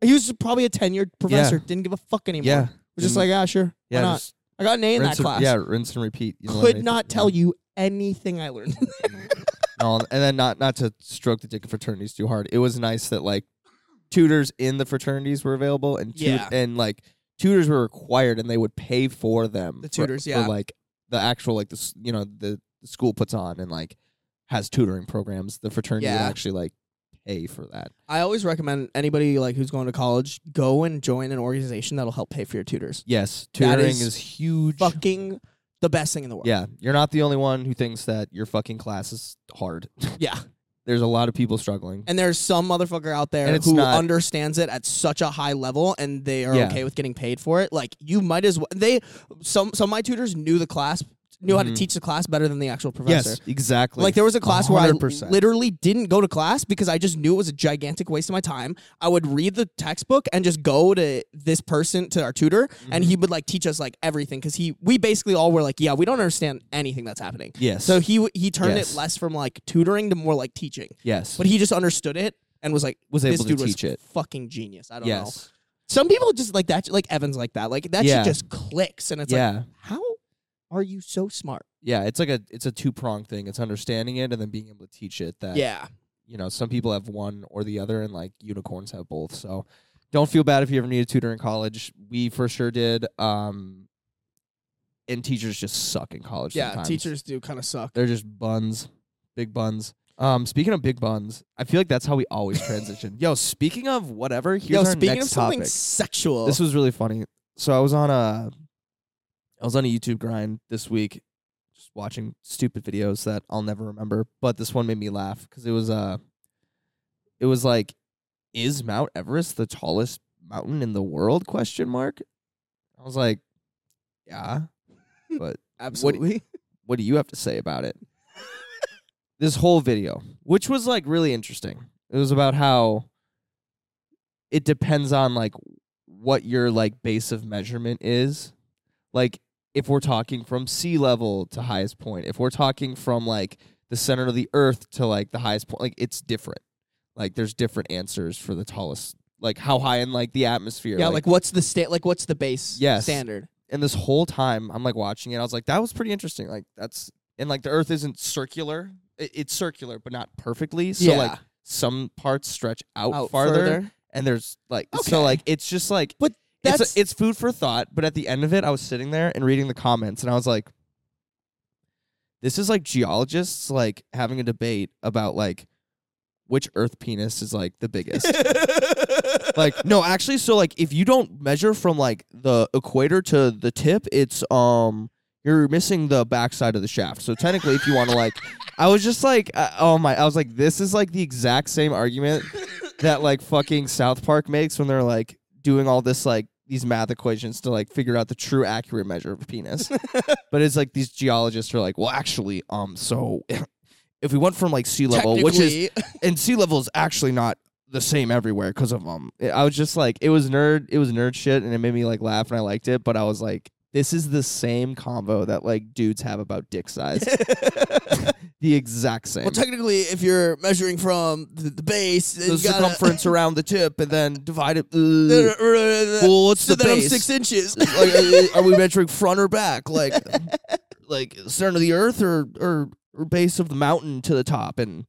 Speaker 1: He was probably a tenured professor. Didn't give a fuck anymore.
Speaker 2: Yeah.
Speaker 1: was just
Speaker 2: Didn't-
Speaker 1: like, ah, sure.
Speaker 2: Yeah.
Speaker 1: why not?
Speaker 2: just
Speaker 1: I got an A in that
Speaker 2: rinse and-
Speaker 1: class.
Speaker 2: Yeah. Rinse and repeat. You know,
Speaker 1: Could
Speaker 2: like-
Speaker 1: not tell you anything I learned. (laughs)
Speaker 2: No, Um, and then not not to stroke the dick of fraternities too hard. It was nice that like tutors in the fraternities were available and tut-
Speaker 1: Yeah.
Speaker 2: and like tutors were required and they would pay for them.
Speaker 1: The
Speaker 2: for-
Speaker 1: tutors,
Speaker 2: for,
Speaker 1: yeah.
Speaker 2: like the actual like the s- you know the, the school puts on and like has tutoring programs. The fraternity would
Speaker 1: Yeah.
Speaker 2: actually like pay for that.
Speaker 1: I always recommend anybody like who's going to college go and join an organization that'll help pay for your tutors.
Speaker 2: Yes,
Speaker 1: That
Speaker 2: tutoring
Speaker 1: is
Speaker 2: is, huge.
Speaker 1: Fucking the best thing in the world.
Speaker 2: yeah, you're not the only one who thinks that your fucking class is hard. (laughs)
Speaker 1: Yeah.
Speaker 2: There's a lot of people struggling.
Speaker 1: And there's some motherfucker out there
Speaker 2: And it's
Speaker 1: who
Speaker 2: not-
Speaker 1: understands it at such a high level, and they are
Speaker 2: Yeah.
Speaker 1: okay with getting paid for it. Like you might as well. They some some of my tutors knew the class, knew how to
Speaker 2: Mhm.
Speaker 1: teach the class better than the actual professor.
Speaker 2: Yes, exactly.
Speaker 1: Like there was a class where I
Speaker 2: 100%.
Speaker 1: literally didn't go to class because I just knew it was a gigantic waste of my time. I would read the textbook and just go to this person to our tutor, and
Speaker 2: Mhm.
Speaker 1: he would like teach us like everything because he we basically all were like, yeah, we don't understand anything that's happening.
Speaker 2: yes.
Speaker 1: So he w- he turned it
Speaker 2: Yes.
Speaker 1: less from like tutoring to more like teaching
Speaker 2: yes.
Speaker 1: but he just understood it and was like
Speaker 2: Was
Speaker 1: this
Speaker 2: able to
Speaker 1: dude
Speaker 2: teach
Speaker 1: was
Speaker 2: it.
Speaker 1: fucking genius i don't know
Speaker 2: yes.
Speaker 1: some people just like that like evans like that like that
Speaker 2: Yeah.
Speaker 1: shit just clicks and it's like
Speaker 2: yeah.
Speaker 1: how are you so smart
Speaker 2: yeah it's like a it's a two prong thing it's understanding it and then being able to teach it that
Speaker 1: yeah
Speaker 2: you know some people have one or the other and like unicorns have both so don't feel bad if you ever need a tutor in college we for sure did um and teachers just suck in college sometimes.
Speaker 1: do kind of suck
Speaker 2: they're just buns big buns um speaking of big buns i feel like that's how we always transition
Speaker 1: (laughs)
Speaker 2: yo speaking of whatever here's
Speaker 1: yo
Speaker 2: our
Speaker 1: speaking
Speaker 2: next
Speaker 1: of something
Speaker 2: topic
Speaker 1: sexual
Speaker 2: this was really funny. So I was on a, I was on a YouTube grind this week, just watching stupid videos that I'll never remember. But this one made me laugh because it was uh it was like, is Mount Everest the tallest mountain in the world? Question mark. I was like, yeah. But
Speaker 1: Absolutely.
Speaker 2: what do you have to say about it? (laughs) this whole video, which was like really interesting. It was about how it depends on like what your like base of measurement is. Like if we're talking from sea level to highest point, if we're talking from like the center of the earth to like the highest point, like it's different. Like there's different answers for the tallest like how high in like the atmosphere.
Speaker 1: yeah, like, what's the state? Like what's the base
Speaker 2: Yes.
Speaker 1: standard?
Speaker 2: and this whole time I'm like watching it, I was like, that was pretty interesting. Like that's and like the Earth isn't circular; I- it's circular, but not perfectly. So
Speaker 1: Yeah.
Speaker 2: like some parts stretch out,
Speaker 1: Out
Speaker 2: farther, and there's like
Speaker 1: Okay.
Speaker 2: so like it's just like
Speaker 1: But
Speaker 2: it's,
Speaker 1: that's-
Speaker 2: it's food for thought. But at the end of it, I was sitting there and reading the comments, and I was like, this is like geologists like having a debate about like which Earth penis is like the biggest (laughs)
Speaker 1: (laughs)
Speaker 2: like no actually so like if you don't measure from like the equator to the tip it's um you're missing the backside of the shaft so technically if you want to like i was just like uh, oh my i was like this is like the exact same argument that like fucking south park makes when they're like doing all this like these math equations to like figure out the true accurate measure of a penis but it's like these geologists are like well actually um so if we went from like sea level which is
Speaker 1: Technically-
Speaker 2: and sea level is actually not the same everywhere because of um i was just like it was nerd it was nerd shit and it made me like laugh and i liked it but i was like this is the same combo that like dudes have about dick
Speaker 1: (laughs)
Speaker 2: size the exact (laughs) same
Speaker 1: well, technically, if you're measuring from the, the base, then
Speaker 2: the
Speaker 1: you gotta- (laughs)
Speaker 2: circumference around the tip and then divide it uh, well what's
Speaker 1: so
Speaker 2: the
Speaker 1: that I'm
Speaker 2: base
Speaker 1: six inches.
Speaker 2: (laughs) like, uh,
Speaker 1: (laughs)
Speaker 2: are we measuring front or back like like center of the earth or or, or base of the mountain to the top and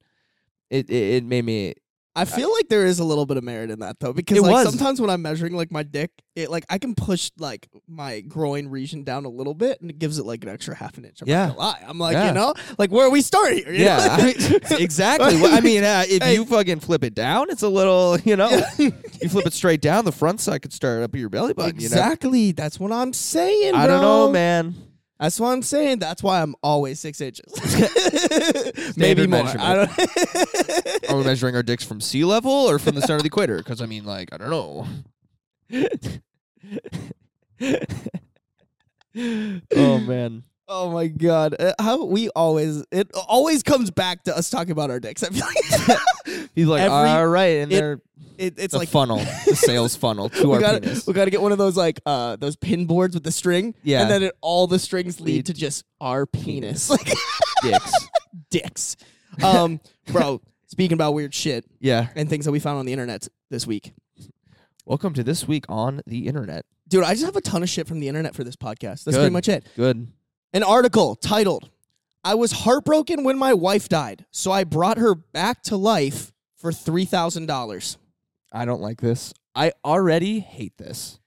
Speaker 2: it, it it made me
Speaker 1: I feel like there is a little bit of merit in that though, because
Speaker 2: It
Speaker 1: like
Speaker 2: was.
Speaker 1: sometimes when I'm measuring like my dick, it like I can push like my groin region down a little bit, and it gives it like an extra half an inch. I'm
Speaker 2: Yeah.
Speaker 1: not gonna lie. I'm like,
Speaker 2: Yeah.
Speaker 1: you know, like where we start here. you
Speaker 2: Yeah,
Speaker 1: (laughs) know?
Speaker 2: I- (laughs) exactly. Well, I mean, uh, if
Speaker 1: Hey.
Speaker 2: you fucking flip it down, it's a little, you know, you flip it straight down, the front side could start up at your belly button.
Speaker 1: exactly. That's what I'm saying.
Speaker 2: You know? I don't
Speaker 1: bro.
Speaker 2: know, man.
Speaker 1: That's what I'm saying. That's why I'm always six inches. Maybe
Speaker 2: (laughs)
Speaker 1: (laughs)
Speaker 2: Standard
Speaker 1: more.
Speaker 2: measurement.
Speaker 1: I don't. (laughs)
Speaker 2: Are we measuring our dicks from sea level or from the center of the equator? Because I mean, like, I don't know. (laughs) oh man,
Speaker 1: oh my god! Uh, how we always it always comes back to us talking about our dicks. I feel like (laughs)
Speaker 2: (laughs) he's like,
Speaker 1: Every-
Speaker 2: all right, and
Speaker 1: it-
Speaker 2: they're
Speaker 1: it, it's
Speaker 2: the
Speaker 1: like
Speaker 2: funnel, the sales funnel
Speaker 1: (laughs)
Speaker 2: to
Speaker 1: we
Speaker 2: our
Speaker 1: gotta
Speaker 2: penis.
Speaker 1: we gotta get one of those like uh those pin boards with the string.
Speaker 2: Yeah.
Speaker 1: And then it, all the strings lead
Speaker 2: Lead
Speaker 1: to just our penis. (laughs) Like
Speaker 2: dicks.
Speaker 1: dicks. Um bro, speaking about weird shit
Speaker 2: Yeah.
Speaker 1: and things that we found on the internet this week.
Speaker 2: Welcome to this week on the internet.
Speaker 1: Dude, I just have a ton of shit from the internet for this podcast. That's pretty
Speaker 2: Good.
Speaker 1: much it.
Speaker 2: Good.
Speaker 1: An article titled I was heartbroken when my wife died, so I brought her back to life for three thousand dollars.
Speaker 2: I don't like this. I already hate this.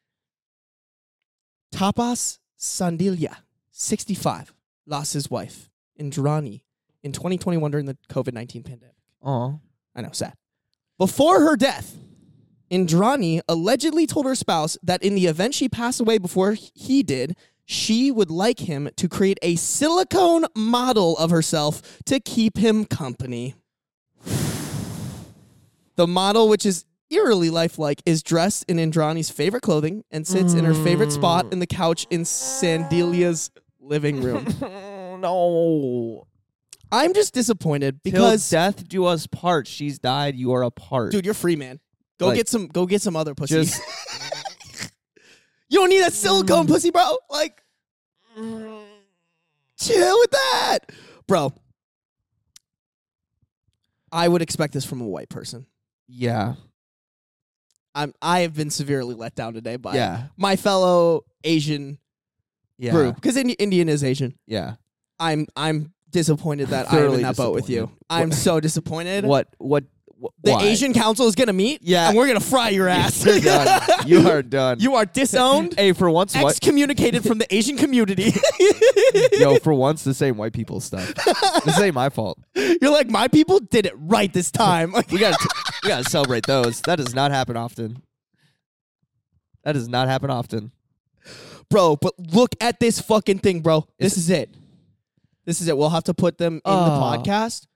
Speaker 1: Tapas Sandilia, 65, lost his wife, Indrani, in 2021 during the COVID 19 pandemic.
Speaker 2: Oh.
Speaker 1: I know, sad. Before her death, Indrani allegedly told her spouse that in the event she passed away before he did, she would like him to create a silicone model of herself to keep him company. (sighs) The model, which is eerily lifelike, is dressed in Indrani's favorite clothing and sits in her favorite spot in the couch in Sandelia's living room.
Speaker 2: (laughs) (laughs) no.
Speaker 1: I'm just disappointed
Speaker 2: Because
Speaker 1: because
Speaker 2: death do us part. She's died. You are apart.
Speaker 1: dude, you're free, man. Go
Speaker 2: Like,
Speaker 1: get some. Go get some other pussy. (laughs)
Speaker 2: just Mm.
Speaker 1: you don't need that silicone pussy, bro. Like, chill with that, bro. I would expect this from a white person.
Speaker 2: yeah,
Speaker 1: I'm. I have been severely let down today by
Speaker 2: yeah,
Speaker 1: my fellow Asian
Speaker 2: yeah,
Speaker 1: group because Indian is Asian.
Speaker 2: yeah.
Speaker 1: I'm. I'm disappointed that I'm in
Speaker 2: Thoroughly
Speaker 1: that boat with you.
Speaker 2: disappointed.
Speaker 1: I'm
Speaker 2: What-
Speaker 1: so disappointed.
Speaker 2: What? What? wh-
Speaker 1: The
Speaker 2: why?
Speaker 1: Asian council is gonna meet.
Speaker 2: Yeah.
Speaker 1: and we're gonna fry your ass.
Speaker 2: (laughs) You're
Speaker 1: (laughs)
Speaker 2: done. You are done.
Speaker 1: You are disowned.
Speaker 2: Hey, for once, what?
Speaker 1: excommunicated from the Asian community. (laughs)
Speaker 2: Yo, for once, this ain't white people stuff. this ain't my fault.
Speaker 1: You're like, my people did it right this time. (laughs) Like,
Speaker 2: We gotta, we gotta celebrate those. That does not happen often. That does not happen often.
Speaker 1: bro, but look at this fucking thing, bro. This is it. This is it. We'll have to put them in the
Speaker 2: Oh.
Speaker 1: podcast.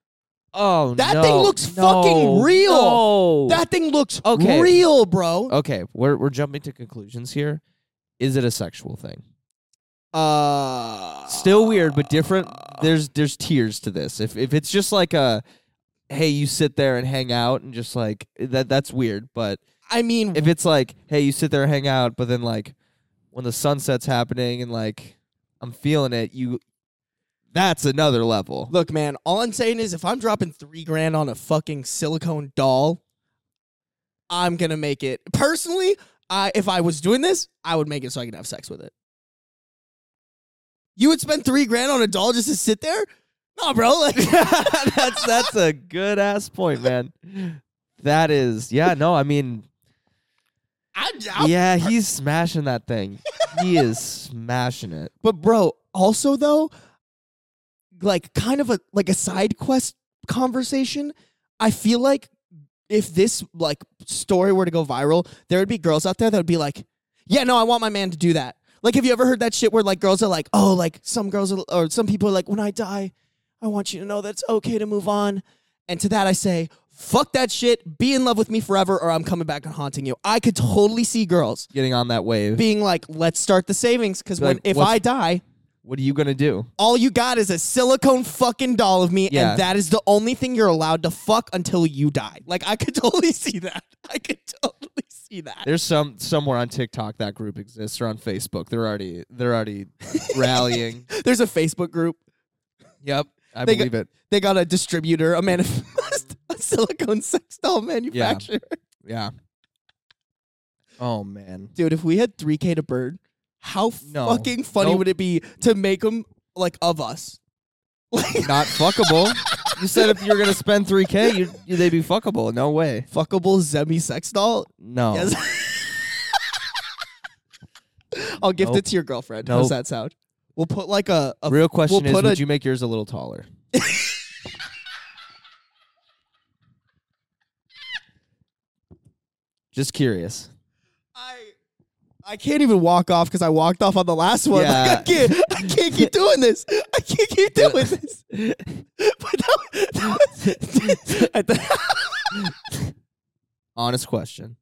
Speaker 2: Oh,
Speaker 1: That
Speaker 2: no,
Speaker 1: thing looks
Speaker 2: no,
Speaker 1: fucking real.
Speaker 2: no.
Speaker 1: That thing looks
Speaker 2: Okay.
Speaker 1: real, bro.
Speaker 2: okay, we're we're jumping to conclusions here. Is it a sexual thing?
Speaker 1: Uh,
Speaker 2: Still weird, but different. There's there's tiers to this. If if it's just like a, hey, you sit there and hang out and just like that that's weird. But
Speaker 1: I mean,
Speaker 2: if it's like, hey, you sit there and hang out, but then like when the sunset's happening and like I'm feeling it, you that's another level. (laughs)
Speaker 1: look, man. All I'm saying is, if I'm dropping three grand on a fucking silicone doll, I'm gonna make it. Personally, I if I was doing this, I would make it so I could have sex with it. You would spend three grand on a doll just to sit there? No, bro. Like, (laughs)
Speaker 2: that's that's a good ass point, man. That is, yeah, no, I mean,
Speaker 1: I, I,
Speaker 2: yeah, he's smashing
Speaker 1: (laughs)
Speaker 2: that thing. He is smashing it.
Speaker 1: But bro, also though, like kind of a like a side quest conversation. I feel like if this like story were to go viral, there would be girls out there that would be like, "Yeah, no, I want my man to do that." Like, have you ever heard that shit where like girls are like, "Oh, like some girls are, or some people are like, when I die, I want you to know that it's okay to move on." And to that I say, "Fuck that shit. Be in love with me forever, or I'm coming back and haunting you." I could totally see girls
Speaker 2: Getting on that wave.
Speaker 1: being like, "Let's start the savings," because when
Speaker 2: Like,
Speaker 1: if
Speaker 2: what's-
Speaker 1: I die,
Speaker 2: What are you gonna do?
Speaker 1: all you got is a silicone fucking doll of me,
Speaker 2: Yeah.
Speaker 1: and that is the only thing you're allowed to fuck until you die. Like I could (laughs) totally see that. I could totally see that.
Speaker 2: There's some somewhere on TikTok that group exists or on Facebook. They're already they're already uh,
Speaker 1: (laughs)
Speaker 2: rallying.
Speaker 1: There's a Facebook group.
Speaker 2: Yep, I
Speaker 1: They
Speaker 2: believe it.
Speaker 1: They got a distributor, a man, (laughs) a silicone sex doll manufacturer.
Speaker 2: Yeah. Oh man.
Speaker 1: Dude, if we had 3K to bird, how
Speaker 2: No.
Speaker 1: fucking funny
Speaker 2: Nope.
Speaker 1: would it be to make them like of us? (laughs) Like
Speaker 2: Not
Speaker 1: (laughs)
Speaker 2: fuckable. You said if you were gonna spend 3k, you, you they'd be fuckable. No way.
Speaker 1: fuckable Zemi sex doll.
Speaker 2: No.
Speaker 1: Yes. (laughs) I'll gift
Speaker 2: Nope.
Speaker 1: it to your girlfriend. How's
Speaker 2: Nope.
Speaker 1: that sound? We'll put like a, a
Speaker 2: Real question
Speaker 1: we'll
Speaker 2: is,
Speaker 1: put
Speaker 2: would
Speaker 1: a-
Speaker 2: you make yours a little (laughs) taller? Just curious.
Speaker 1: I I can't even walk off because I walked off on the last one. (laughs) Like, I
Speaker 2: Yeah.
Speaker 1: can't I can't keep doing this. I can't keep doing this. (laughs) But that, that (laughs) was, I thought-
Speaker 2: Honest question.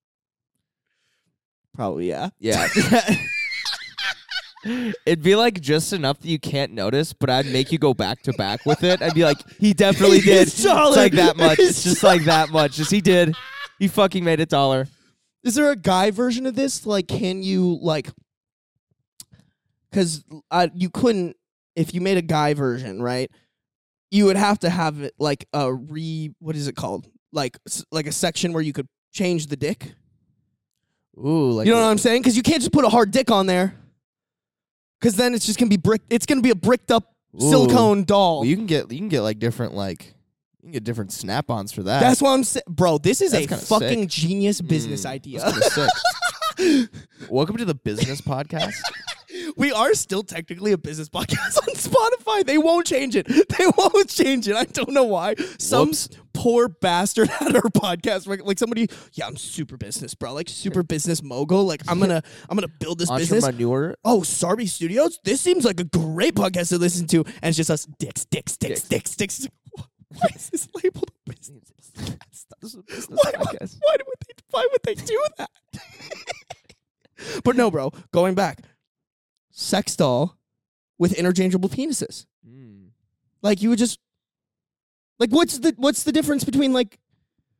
Speaker 1: probably yeah.
Speaker 2: (laughs) Yeah. It'd be like just enough that you can't notice, but I'd make you go back to back with it. I'd be like, (laughs) he definitely
Speaker 1: He's
Speaker 2: did.
Speaker 1: taller.
Speaker 2: It's like that much.
Speaker 1: He's
Speaker 2: It's just like that much. Just he did. He fucking made it taller.
Speaker 1: Is there a guy version of this? Like, can you like? Because uh, you couldn't if you made a guy version, right? You would have to have it like a re. What is it called? Like s- like a section where you could change the dick.
Speaker 2: Ooh, like
Speaker 1: you know what I'm saying? Because you can't just put a hard dick on there. Because then it's just gonna be brick. It's gonna be a bricked up
Speaker 2: Ooh.
Speaker 1: silicone doll.
Speaker 2: you can get you can get like different like you can get different snap ons for that.
Speaker 1: That's what I'm saying, bro. This is a
Speaker 2: That's kinda Hmm.
Speaker 1: fucking genius business idea. (laughs)
Speaker 2: Welcome to the business podcast. (laughs)
Speaker 1: We are still technically a business (laughs) podcast on Spotify. They won't change it. (laughs) They won't change it. I don't know why. Some
Speaker 2: Whoops.
Speaker 1: poor bastard (laughs) had our podcast. Like, like somebody, yeah, I'm super business, bro. Like
Speaker 2: (laughs)
Speaker 1: super business mogul. Like I'm gonna, I'm gonna build this business.
Speaker 2: Entrepreneur.
Speaker 1: Oh, Sarby Studios. This seems like a great podcast to listen to, and it's just us dicks, dicks, dicks, dicks, dicks. Why is this labeled a business? podcast? Why, would- why would they? Why would they do that? (laughs) but no, bro. Going back, sex doll with interchangeable penises.
Speaker 2: Hmm.
Speaker 1: Like you would just like what's the what's the difference between like?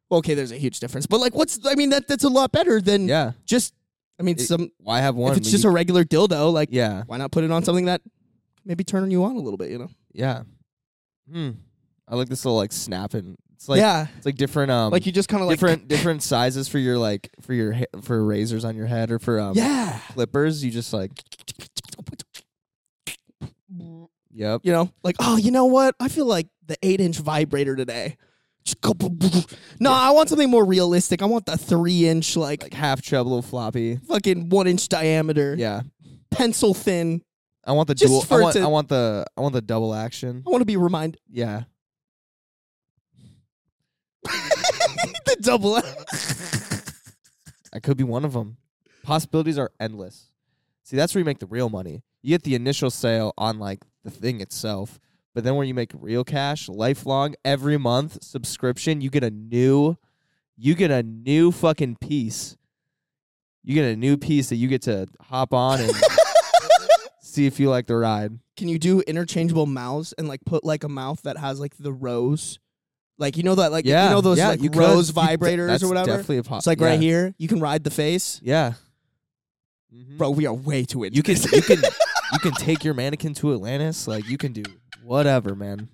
Speaker 1: well, Okay, there's a huge difference, but like what's I mean that that's a lot better than
Speaker 2: Yeah.
Speaker 1: just. I mean,
Speaker 2: It-
Speaker 1: some
Speaker 2: Why have one?
Speaker 1: if it's
Speaker 2: when
Speaker 1: just
Speaker 2: you-
Speaker 1: a regular dildo, like
Speaker 2: yeah.
Speaker 1: why not put it on something that maybe turn you on a little bit, you know?
Speaker 2: Yeah. Hmm. I like this little like snapping. It's like
Speaker 1: yeah.
Speaker 2: it's like different um
Speaker 1: Like you just kind of like (laughs)
Speaker 2: different different sizes for your like for your ha- for razors on your head or for um
Speaker 1: Yeah.
Speaker 2: clippers. You just like yep.
Speaker 1: You know, like, oh, you know what? I feel like the eight inch vibrator today. Just go boop, boop, boop. No, I want something more realistic. I want the three inch, like,
Speaker 2: Like half chub, little floppy.
Speaker 1: fucking one inch diameter,
Speaker 2: Yeah.
Speaker 1: pencil thin.
Speaker 2: I want the
Speaker 1: Just
Speaker 2: dual.
Speaker 1: for
Speaker 2: I
Speaker 1: it
Speaker 2: want,
Speaker 1: to- Oh.
Speaker 2: I want the I want the double action.
Speaker 1: I want to be reminded.
Speaker 2: Yeah.
Speaker 1: (laughs) the double. (laughs)
Speaker 2: I could be one of them. Possibilities are endless. See, that's where you make the real money. You get the initial sale on like the thing itself, But then when you make real cash, lifelong, every month subscription, you get a new, you get a new fucking piece. You get a new piece that you get to hop
Speaker 1: (laughs)
Speaker 2: on and see if you like the ride.
Speaker 1: Can you do interchangeable mouths and like put like a mouth that has like the rows? Like you know that like
Speaker 2: yeah,
Speaker 1: you know those
Speaker 2: yeah,
Speaker 1: like
Speaker 2: you could.
Speaker 1: rose
Speaker 2: You de-
Speaker 1: vibrators
Speaker 2: that's
Speaker 1: or whatever.
Speaker 2: Definitely a pop.
Speaker 1: It's like right here, you can ride the face.
Speaker 2: Yeah. Mhm.
Speaker 1: Bro, we are way too into
Speaker 2: You can
Speaker 1: this.
Speaker 2: you can you can take your mannequin to Atlantis. Like you can do whatever, man.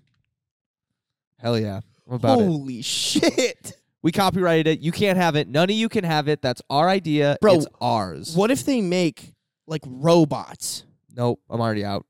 Speaker 2: Hell yeah. I'm about it.
Speaker 1: Holy shit.
Speaker 2: We copyrighted it. You can't have it. None of you can have it. That's our idea.
Speaker 1: Bro,
Speaker 2: it's
Speaker 1: (laughs)
Speaker 2: ours.
Speaker 1: What if they make like robots?
Speaker 2: Nope. I'm already out.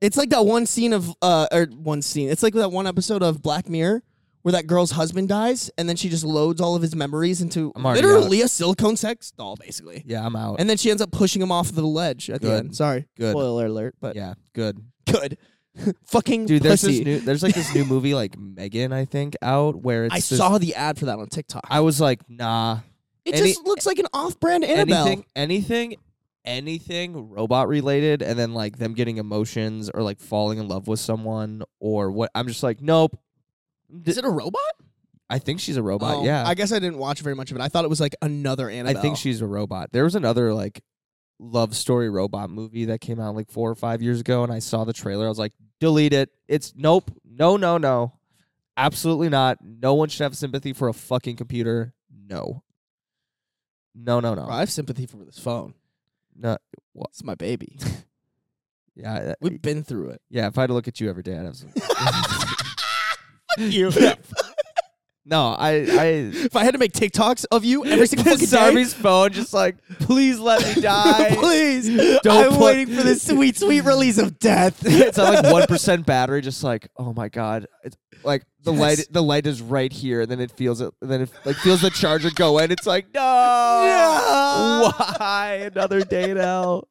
Speaker 1: It's like that one scene of uh or one scene. It's like that one episode of Black Mirror where that girl's husband dies and then she just loads all of his memories into
Speaker 2: I'm already
Speaker 1: literally a silicone sex doll basically.
Speaker 2: Yeah, I'm out.
Speaker 1: And then she ends up pushing him off the ledge at the
Speaker 2: Good.
Speaker 1: end. Sorry.
Speaker 2: Good.
Speaker 1: Spoiler alert, but
Speaker 2: yeah, good.
Speaker 1: good. (laughs) Fucking
Speaker 2: Dude, there's
Speaker 1: pussy.
Speaker 2: this new there's like this new movie like Megan, I think, out where it's
Speaker 1: I
Speaker 2: this-
Speaker 1: saw the ad for that on TikTok.
Speaker 2: I was like, nah.
Speaker 1: it
Speaker 2: any-
Speaker 1: just looks like an off-brand Annabelle.
Speaker 2: Anything anything anything robot related and then like them getting emotions or like falling in love with someone or what I'm just like, nope.
Speaker 1: Is it a robot?
Speaker 2: I think she's a robot,
Speaker 1: Oh,
Speaker 2: yeah.
Speaker 1: I guess I didn't watch very much of it. I thought it was like another
Speaker 2: I
Speaker 1: Annabelle.
Speaker 2: think she's a robot. There was another like love story robot movie that came out like four or five years ago, and I saw the trailer. I was like, delete it. It's nope, no, no, no, absolutely not. No one should have sympathy for a fucking computer. No, no, no,
Speaker 1: Bro, I
Speaker 2: no.
Speaker 1: have sympathy for this phone.
Speaker 2: no
Speaker 1: It's my
Speaker 2: (laughs)
Speaker 1: baby.
Speaker 2: yeah, I-
Speaker 1: We've been through it.
Speaker 2: yeah. If I had to look at you every day, I'd have. Some-
Speaker 1: (laughs) you.
Speaker 2: no, I,
Speaker 1: if I had to make TikToks of you
Speaker 2: I. (laughs)
Speaker 1: every single fucking day,
Speaker 2: Sarvi's phone, just like, please (laughs) let me die.
Speaker 1: (laughs) please.
Speaker 2: (laughs) Don't
Speaker 1: I'm
Speaker 2: put-
Speaker 1: waiting for this sweet, sweet release of death.
Speaker 2: (laughs) it's on
Speaker 1: (laughs)
Speaker 2: like one percent battery. Just like oh my god, it's like the
Speaker 1: Yes.
Speaker 2: light. The light is right here, and then it feels it. And then it like feels the charger go in. It's like no, why another day (laughs) now?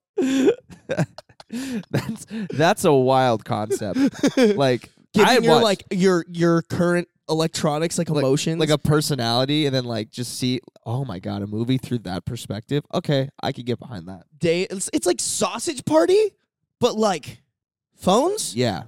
Speaker 2: that's that's a wild concept. (laughs) Like
Speaker 1: Giving
Speaker 2: I
Speaker 1: your
Speaker 2: watched,
Speaker 1: like your your current electronics like,
Speaker 2: like-
Speaker 1: emotions.
Speaker 2: like a personality, and then like just see oh my god, a movie through that perspective. Okay, I could get behind that.
Speaker 1: day. It's, it's like sausage party, but like phones.
Speaker 2: Yeah,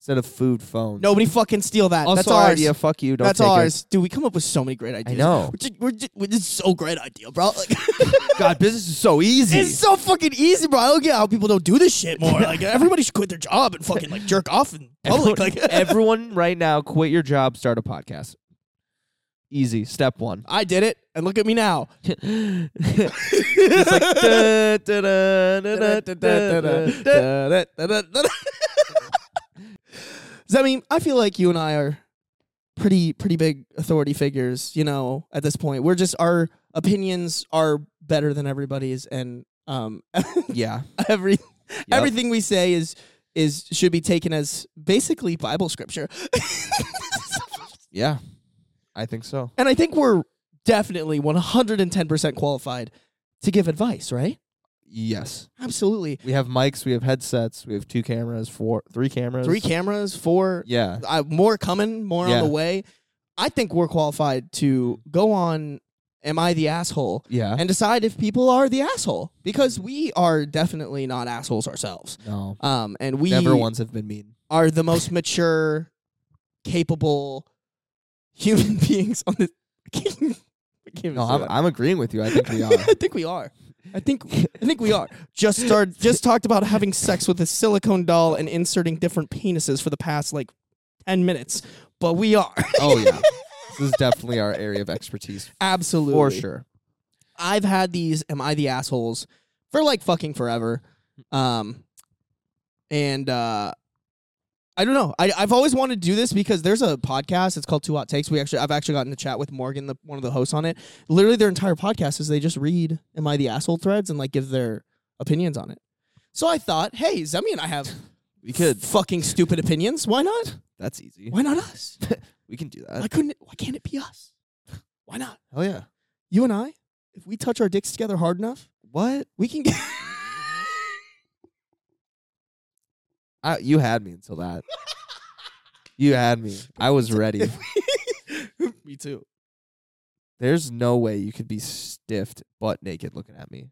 Speaker 2: instead of food phone.
Speaker 1: Nobody fucking steal that.
Speaker 2: also
Speaker 1: That's
Speaker 2: our
Speaker 1: ours.
Speaker 2: idea. Fuck you. Don't
Speaker 1: That's
Speaker 2: take it.
Speaker 1: ours, dude. We come up with so many great ideas.
Speaker 2: know.
Speaker 1: We're just, we're just, we're just so great idea, bro. Like,
Speaker 2: (laughs)
Speaker 1: (laughs)
Speaker 2: God, business is so easy. (laughs)
Speaker 1: it's so fucking easy, bro. I don't get how people don't do this shit more. Like, everybody should quit their job and fucking like jerk off in public.
Speaker 2: (laughs)
Speaker 1: Like,
Speaker 2: everyone right now, quit your job, start a podcast. Easy. Step one.
Speaker 1: (laughs) I did it, and look at me now.
Speaker 2: It's like, (laughs) da, da, da, da, da, da, da, da.
Speaker 1: Zemi, I feel like you and I are pretty pretty big authority figures, you know, at this point. We're just our opinions are better than everybody's and um (laughs)
Speaker 2: Yeah.
Speaker 1: every everything we say is is should be taken as basically Bible scripture. (laughs)
Speaker 2: Yeah. I think so.
Speaker 1: and I think we're definitely 110% qualified to give advice, right?
Speaker 2: Yes.
Speaker 1: Absolutely.
Speaker 2: We have mics, we have headsets, we have two cameras, four three cameras.
Speaker 1: Three cameras, four
Speaker 2: Yeah.
Speaker 1: I, more coming, more
Speaker 2: Yeah.
Speaker 1: on the way. I think we're qualified to go on Am I the Asshole?
Speaker 2: Yeah.
Speaker 1: and decide if people are the asshole because we are definitely not assholes ourselves.
Speaker 2: No.
Speaker 1: Um, and we
Speaker 2: Never once have been mean.
Speaker 1: are the most mature, capable human (laughs) beings on this. I can't even say
Speaker 2: No, I'm,
Speaker 1: that.
Speaker 2: I'm agreeing with you.
Speaker 1: (laughs)
Speaker 2: I think we (laughs) are.
Speaker 1: I think we are. I think I think we are. Just started. Just talked about having sex with a silicone doll and inserting different penises for the past like ten minutes, but we are (laughs)
Speaker 2: Oh yeah. This is definitely our area of expertise.
Speaker 1: absolutely
Speaker 2: For sure.
Speaker 1: I've had these am I the assholes for like fucking forever. Um and uh I don't know. I, I've always wanted to do this because there's a podcast. It's called Two Hot Takes. We actually, I've actually gotten to chat with Morgan, the, one of the hosts on it. Literally, their entire podcast is they just read "Am I the Asshole" threads and like give their opinions on it. So I thought, hey, Zemi and I
Speaker 2: (laughs)
Speaker 1: have
Speaker 2: We could.
Speaker 1: fucking stupid opinions. Why not?
Speaker 2: That's easy.
Speaker 1: Why not us?
Speaker 2: We can do (laughs) that.
Speaker 1: Why couldn't? It, why can't it be us? Why not?
Speaker 2: Hell yeah.
Speaker 1: You and I, if we touch our dicks together hard enough,
Speaker 2: What?
Speaker 1: we can get.
Speaker 2: I, you had me until that. you had me.
Speaker 1: (laughs)
Speaker 2: I was ready.
Speaker 1: Me too.
Speaker 2: There's no way you could be stiffed butt naked looking at me.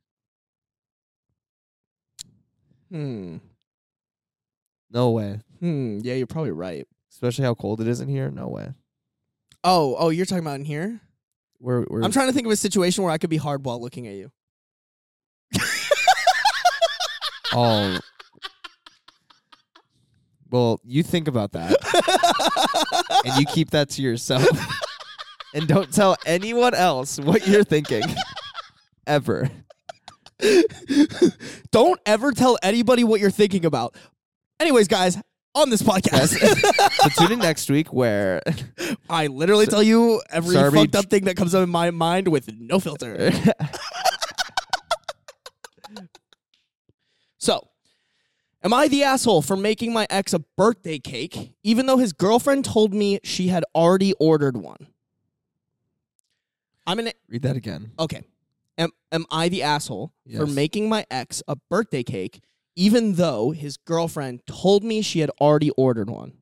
Speaker 1: Hmm.
Speaker 2: No way.
Speaker 1: Hmm, yeah, you're probably right.
Speaker 2: Especially how cold it is in here. No way.
Speaker 1: Oh, oh, you're talking about in here?
Speaker 2: We're, we're
Speaker 1: I'm trying to think of a situation where I could be hard while looking at you. (laughs) (laughs)
Speaker 2: all. Well, you think about that and you keep that
Speaker 1: (laughs)
Speaker 2: to yourself and don't tell anyone else what
Speaker 1: (laughs)
Speaker 2: you're thinking ever.
Speaker 1: Don't ever tell anybody what you're thinking about. Anyways, guys, on this (laughs) podcast,
Speaker 2: so tune in next week where (laughs)
Speaker 1: I literally tell you every
Speaker 2: Sorry,
Speaker 1: fucked
Speaker 2: j-
Speaker 1: up thing that comes up in my mind with no
Speaker 2: (laughs)
Speaker 1: filter. So, am I the asshole for making my ex a birthday cake, even though his girlfriend told me she had already ordered one? I'm an
Speaker 2: read that again.
Speaker 1: okay. Am am I the asshole for
Speaker 2: Yes.
Speaker 1: making my ex a birthday cake, even though his girlfriend told me she had already ordered one?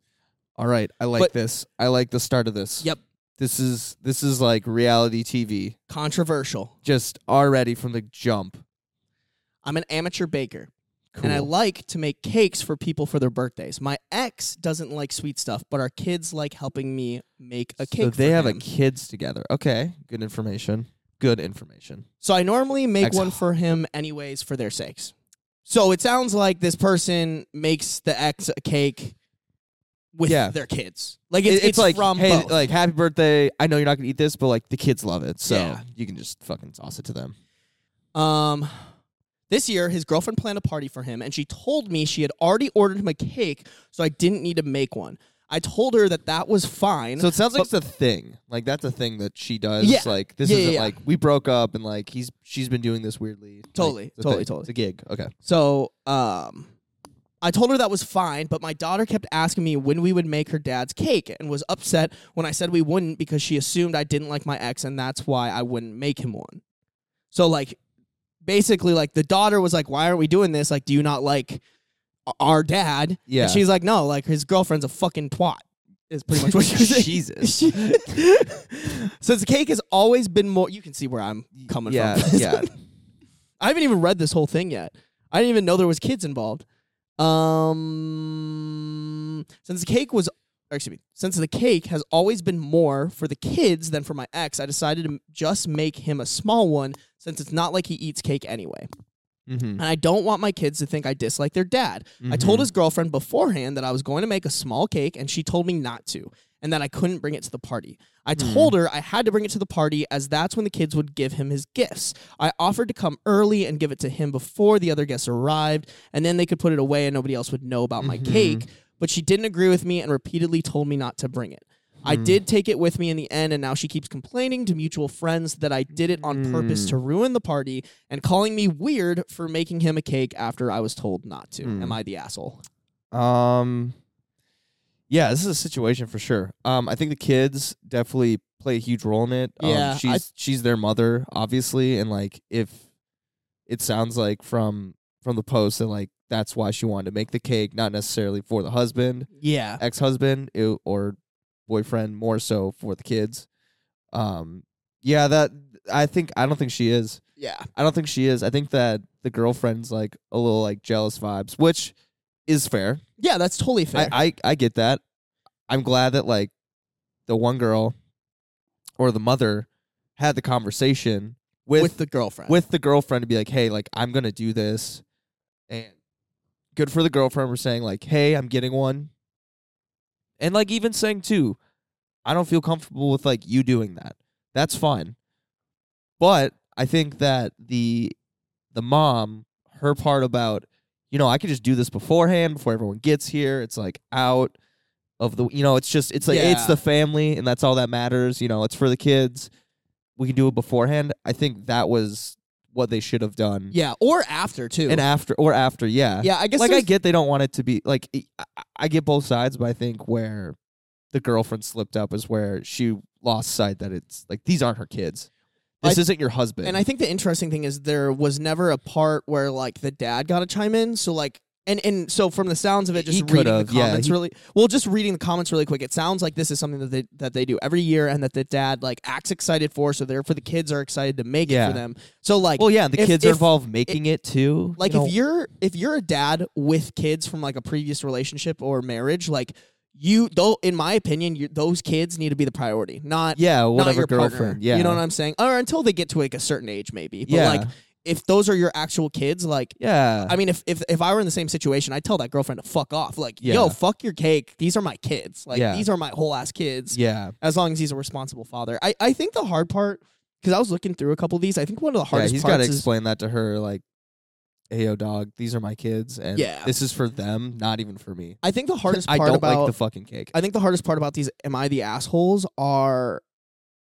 Speaker 2: All right, I like
Speaker 1: But-
Speaker 2: this. I like the start of this.
Speaker 1: Yep.
Speaker 2: This is this is like reality TV
Speaker 1: Controversial.
Speaker 2: just already from the jump.
Speaker 1: I'm an amateur baker.
Speaker 2: Cool.
Speaker 1: And I like to make cakes for people for their birthdays. My ex doesn't like sweet stuff, but our kids like helping me make a cake.
Speaker 2: So they
Speaker 1: for
Speaker 2: have
Speaker 1: him.
Speaker 2: a kids together. Okay, good information. Good information.
Speaker 1: So I normally make
Speaker 2: Ex-
Speaker 1: one for him anyways for their sakes. So it sounds like this person makes the ex a cake with
Speaker 2: Yeah.
Speaker 1: their kids. Like
Speaker 2: It-
Speaker 1: it's, it's,
Speaker 2: like
Speaker 1: from
Speaker 2: hey,
Speaker 1: both.
Speaker 2: like happy birthday. I know you're not gonna eat this, but like the kids love it, so
Speaker 1: Yeah.
Speaker 2: you can just fucking toss it to them.
Speaker 1: Um, this year, his girlfriend planned a party for him, and she told me she had already ordered him a cake, so I didn't need to make one. I told her that that was fine.
Speaker 2: So it sounds like it's a thing. Like that's a thing that she does.
Speaker 1: Yeah.
Speaker 2: Like this
Speaker 1: Yeah, yeah,
Speaker 2: isn't
Speaker 1: yeah.
Speaker 2: like we broke up and like he's she's been doing this weirdly. Like,
Speaker 1: Totally,
Speaker 2: it's a
Speaker 1: totally,
Speaker 2: thing.
Speaker 1: totally.
Speaker 2: It's a gig. Okay.
Speaker 1: So, um, I told her that was fine, but my daughter kept asking me when we would make her dad's cake and was upset when I said we wouldn't because she assumed I didn't like my ex and that's why I wouldn't make him one. So, like, basically, like, the daughter was like, Why aren't we doing this? Like, do you not like o- our dad?
Speaker 2: Yeah.
Speaker 1: And she's like, No, like, his girlfriend's a fucking twat, is pretty much what
Speaker 2: (laughs)
Speaker 1: she was saying. (laughs)
Speaker 2: Jesus.
Speaker 1: Since the cake has always been more, you can see where I'm coming
Speaker 2: yeah,
Speaker 1: from. (laughs)
Speaker 2: yeah.
Speaker 1: I haven't even read this whole thing yet. I didn't even know there was kids involved. Um, since the cake was, or excuse me, since the cake has always been more for the kids than for my ex, I decided to m- just make him a small one since it's not like he eats cake anyway.
Speaker 2: Mm-hmm.
Speaker 1: And I don't want my kids to think I dislike their dad. I told his girlfriend beforehand that I was going to make a small cake, and she told me not to, and that I couldn't bring it to the party. I told her I had to bring it to the party as that's when the kids would give him his gifts. I offered to come early and give it to him before the other guests arrived, and then they could put it away and nobody else would know about my cake. But she didn't agree with me and repeatedly told me not to bring it. I did take it with me in the end, and now she keeps complaining to mutual friends that I did it on purpose to ruin the party and calling me weird for making him a cake after I was told not to.
Speaker 2: Hmm.
Speaker 1: Am I the asshole?
Speaker 2: Um, yeah, this is a situation for sure. Um, I think the kids definitely play a huge role in it. Um,
Speaker 1: Yeah, I-
Speaker 2: she's she's their mother, obviously, and like if it sounds like from from the post that like that's why she wanted to make the cake, not necessarily for the husband,
Speaker 1: Yeah.
Speaker 2: ex husband, or boyfriend, more so for the kids. Um, yeah, that I think I don't think she is.
Speaker 1: Yeah.
Speaker 2: I don't think she is. I think that the girlfriend's like a little like jealous vibes, which is fair.
Speaker 1: Yeah, that's totally fair.
Speaker 2: I, I I get that. I'm glad that like the one girl or the mother had the conversation
Speaker 1: with,
Speaker 2: with with the,
Speaker 1: the girlfriend.
Speaker 2: girlfriend to be like, hey, like I'm gonna do this, and good for the girlfriend for saying like, hey, I'm getting one, and like even saying too, I don't feel comfortable with like you doing that. That's fine, but I think that the the mom her part about you know, I could just do this beforehand before everyone gets here. It's like out of the, you know, it's just, it's like,
Speaker 1: Yeah.
Speaker 2: it's the family and that's all that matters. You know, it's for the kids. We can do it beforehand. I think that was what they should have done.
Speaker 1: yeah, or after too.
Speaker 2: And after, or after, yeah.
Speaker 1: yeah, I guess
Speaker 2: like, I
Speaker 1: there's-
Speaker 2: get they don't want it to be, like, I- I- I get both sides, but I think where the girlfriend slipped up is where she lost sight that it's like, these aren't her kids. This
Speaker 1: I-
Speaker 2: isn't your husband.
Speaker 1: and I think the interesting thing is there was never a part where like the dad got to chime in. So like And and so from the sounds of it, just
Speaker 2: He
Speaker 1: reading the
Speaker 2: could've, yeah,
Speaker 1: comments
Speaker 2: he-
Speaker 1: really well, just reading the comments really quick, it sounds like this is something that they that they do every year and that the dad like acts excited for, so therefore the kids are excited to make it
Speaker 2: Yeah.
Speaker 1: for them. So like
Speaker 2: Well, yeah, the
Speaker 1: if-
Speaker 2: kids are
Speaker 1: if-
Speaker 2: involved making it too.
Speaker 1: Like
Speaker 2: you know.
Speaker 1: if you're if you're a dad with kids from like a previous relationship or marriage, like you though in my opinion, you, those kids need to be the priority, not
Speaker 2: yeah,
Speaker 1: not
Speaker 2: whatever
Speaker 1: your partner.
Speaker 2: girlfriend. Yeah,
Speaker 1: you know what I'm saying. Or until they get to like a certain age, maybe. But
Speaker 2: Yeah.
Speaker 1: like if those are your actual kids, like
Speaker 2: yeah,
Speaker 1: I mean, if, if if I were in the same situation, I'd tell that girlfriend to fuck off. Like,
Speaker 2: Yeah.
Speaker 1: yo, fuck your cake. These are my kids. Like,
Speaker 2: Yeah.
Speaker 1: these are my whole ass kids.
Speaker 2: yeah.
Speaker 1: As long as he's a responsible father, I, I think the hard part because I was looking through a couple of these. I think one of the
Speaker 2: Yeah,
Speaker 1: hardest
Speaker 2: he's got to
Speaker 1: parts is
Speaker 2: explain that to her. Like, hey, yo, dog, these are my kids, and
Speaker 1: Yeah.
Speaker 2: this is for them, not even for me.
Speaker 1: I think the hardest
Speaker 2: I
Speaker 1: part
Speaker 2: don't
Speaker 1: about
Speaker 2: like the fucking cake.
Speaker 1: I think the hardest part about these "Am I the assholes?" are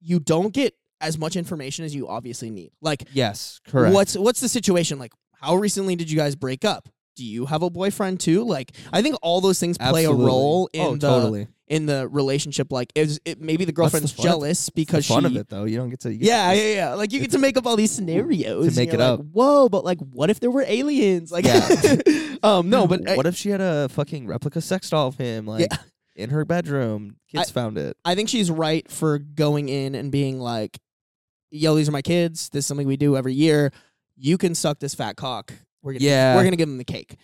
Speaker 1: you don't get as much information as you obviously need. Like,
Speaker 2: yes, correct.
Speaker 1: What's what's the situation like? How recently did you guys break up? Do you have a boyfriend too? Like, I think all those things play
Speaker 2: Absolutely.
Speaker 1: a role in
Speaker 2: oh,
Speaker 1: the
Speaker 2: totally.
Speaker 1: in the relationship. Like, is it maybe the
Speaker 2: That's the
Speaker 1: girlfriend's
Speaker 2: fun of it.
Speaker 1: jealous because
Speaker 2: fun
Speaker 1: she.
Speaker 2: of it though. You don't get to. You get
Speaker 1: Yeah,
Speaker 2: to-
Speaker 1: yeah, yeah. Like you get to make up all these scenarios. and
Speaker 2: make
Speaker 1: you're
Speaker 2: it
Speaker 1: like,
Speaker 2: up.
Speaker 1: Whoa, but like, what if there were aliens? Like,
Speaker 2: Yeah.
Speaker 1: (laughs) um,
Speaker 2: (laughs)
Speaker 1: no, but I,
Speaker 2: what if she had a fucking replica sex doll of him, like in her bedroom? Kids found it.
Speaker 1: I think she's right for going in and being like, "Yo, these are my kids. This is something we do every year. You can suck this fat cock. We're gonna,
Speaker 2: Yeah.
Speaker 1: we're gonna give him the cake."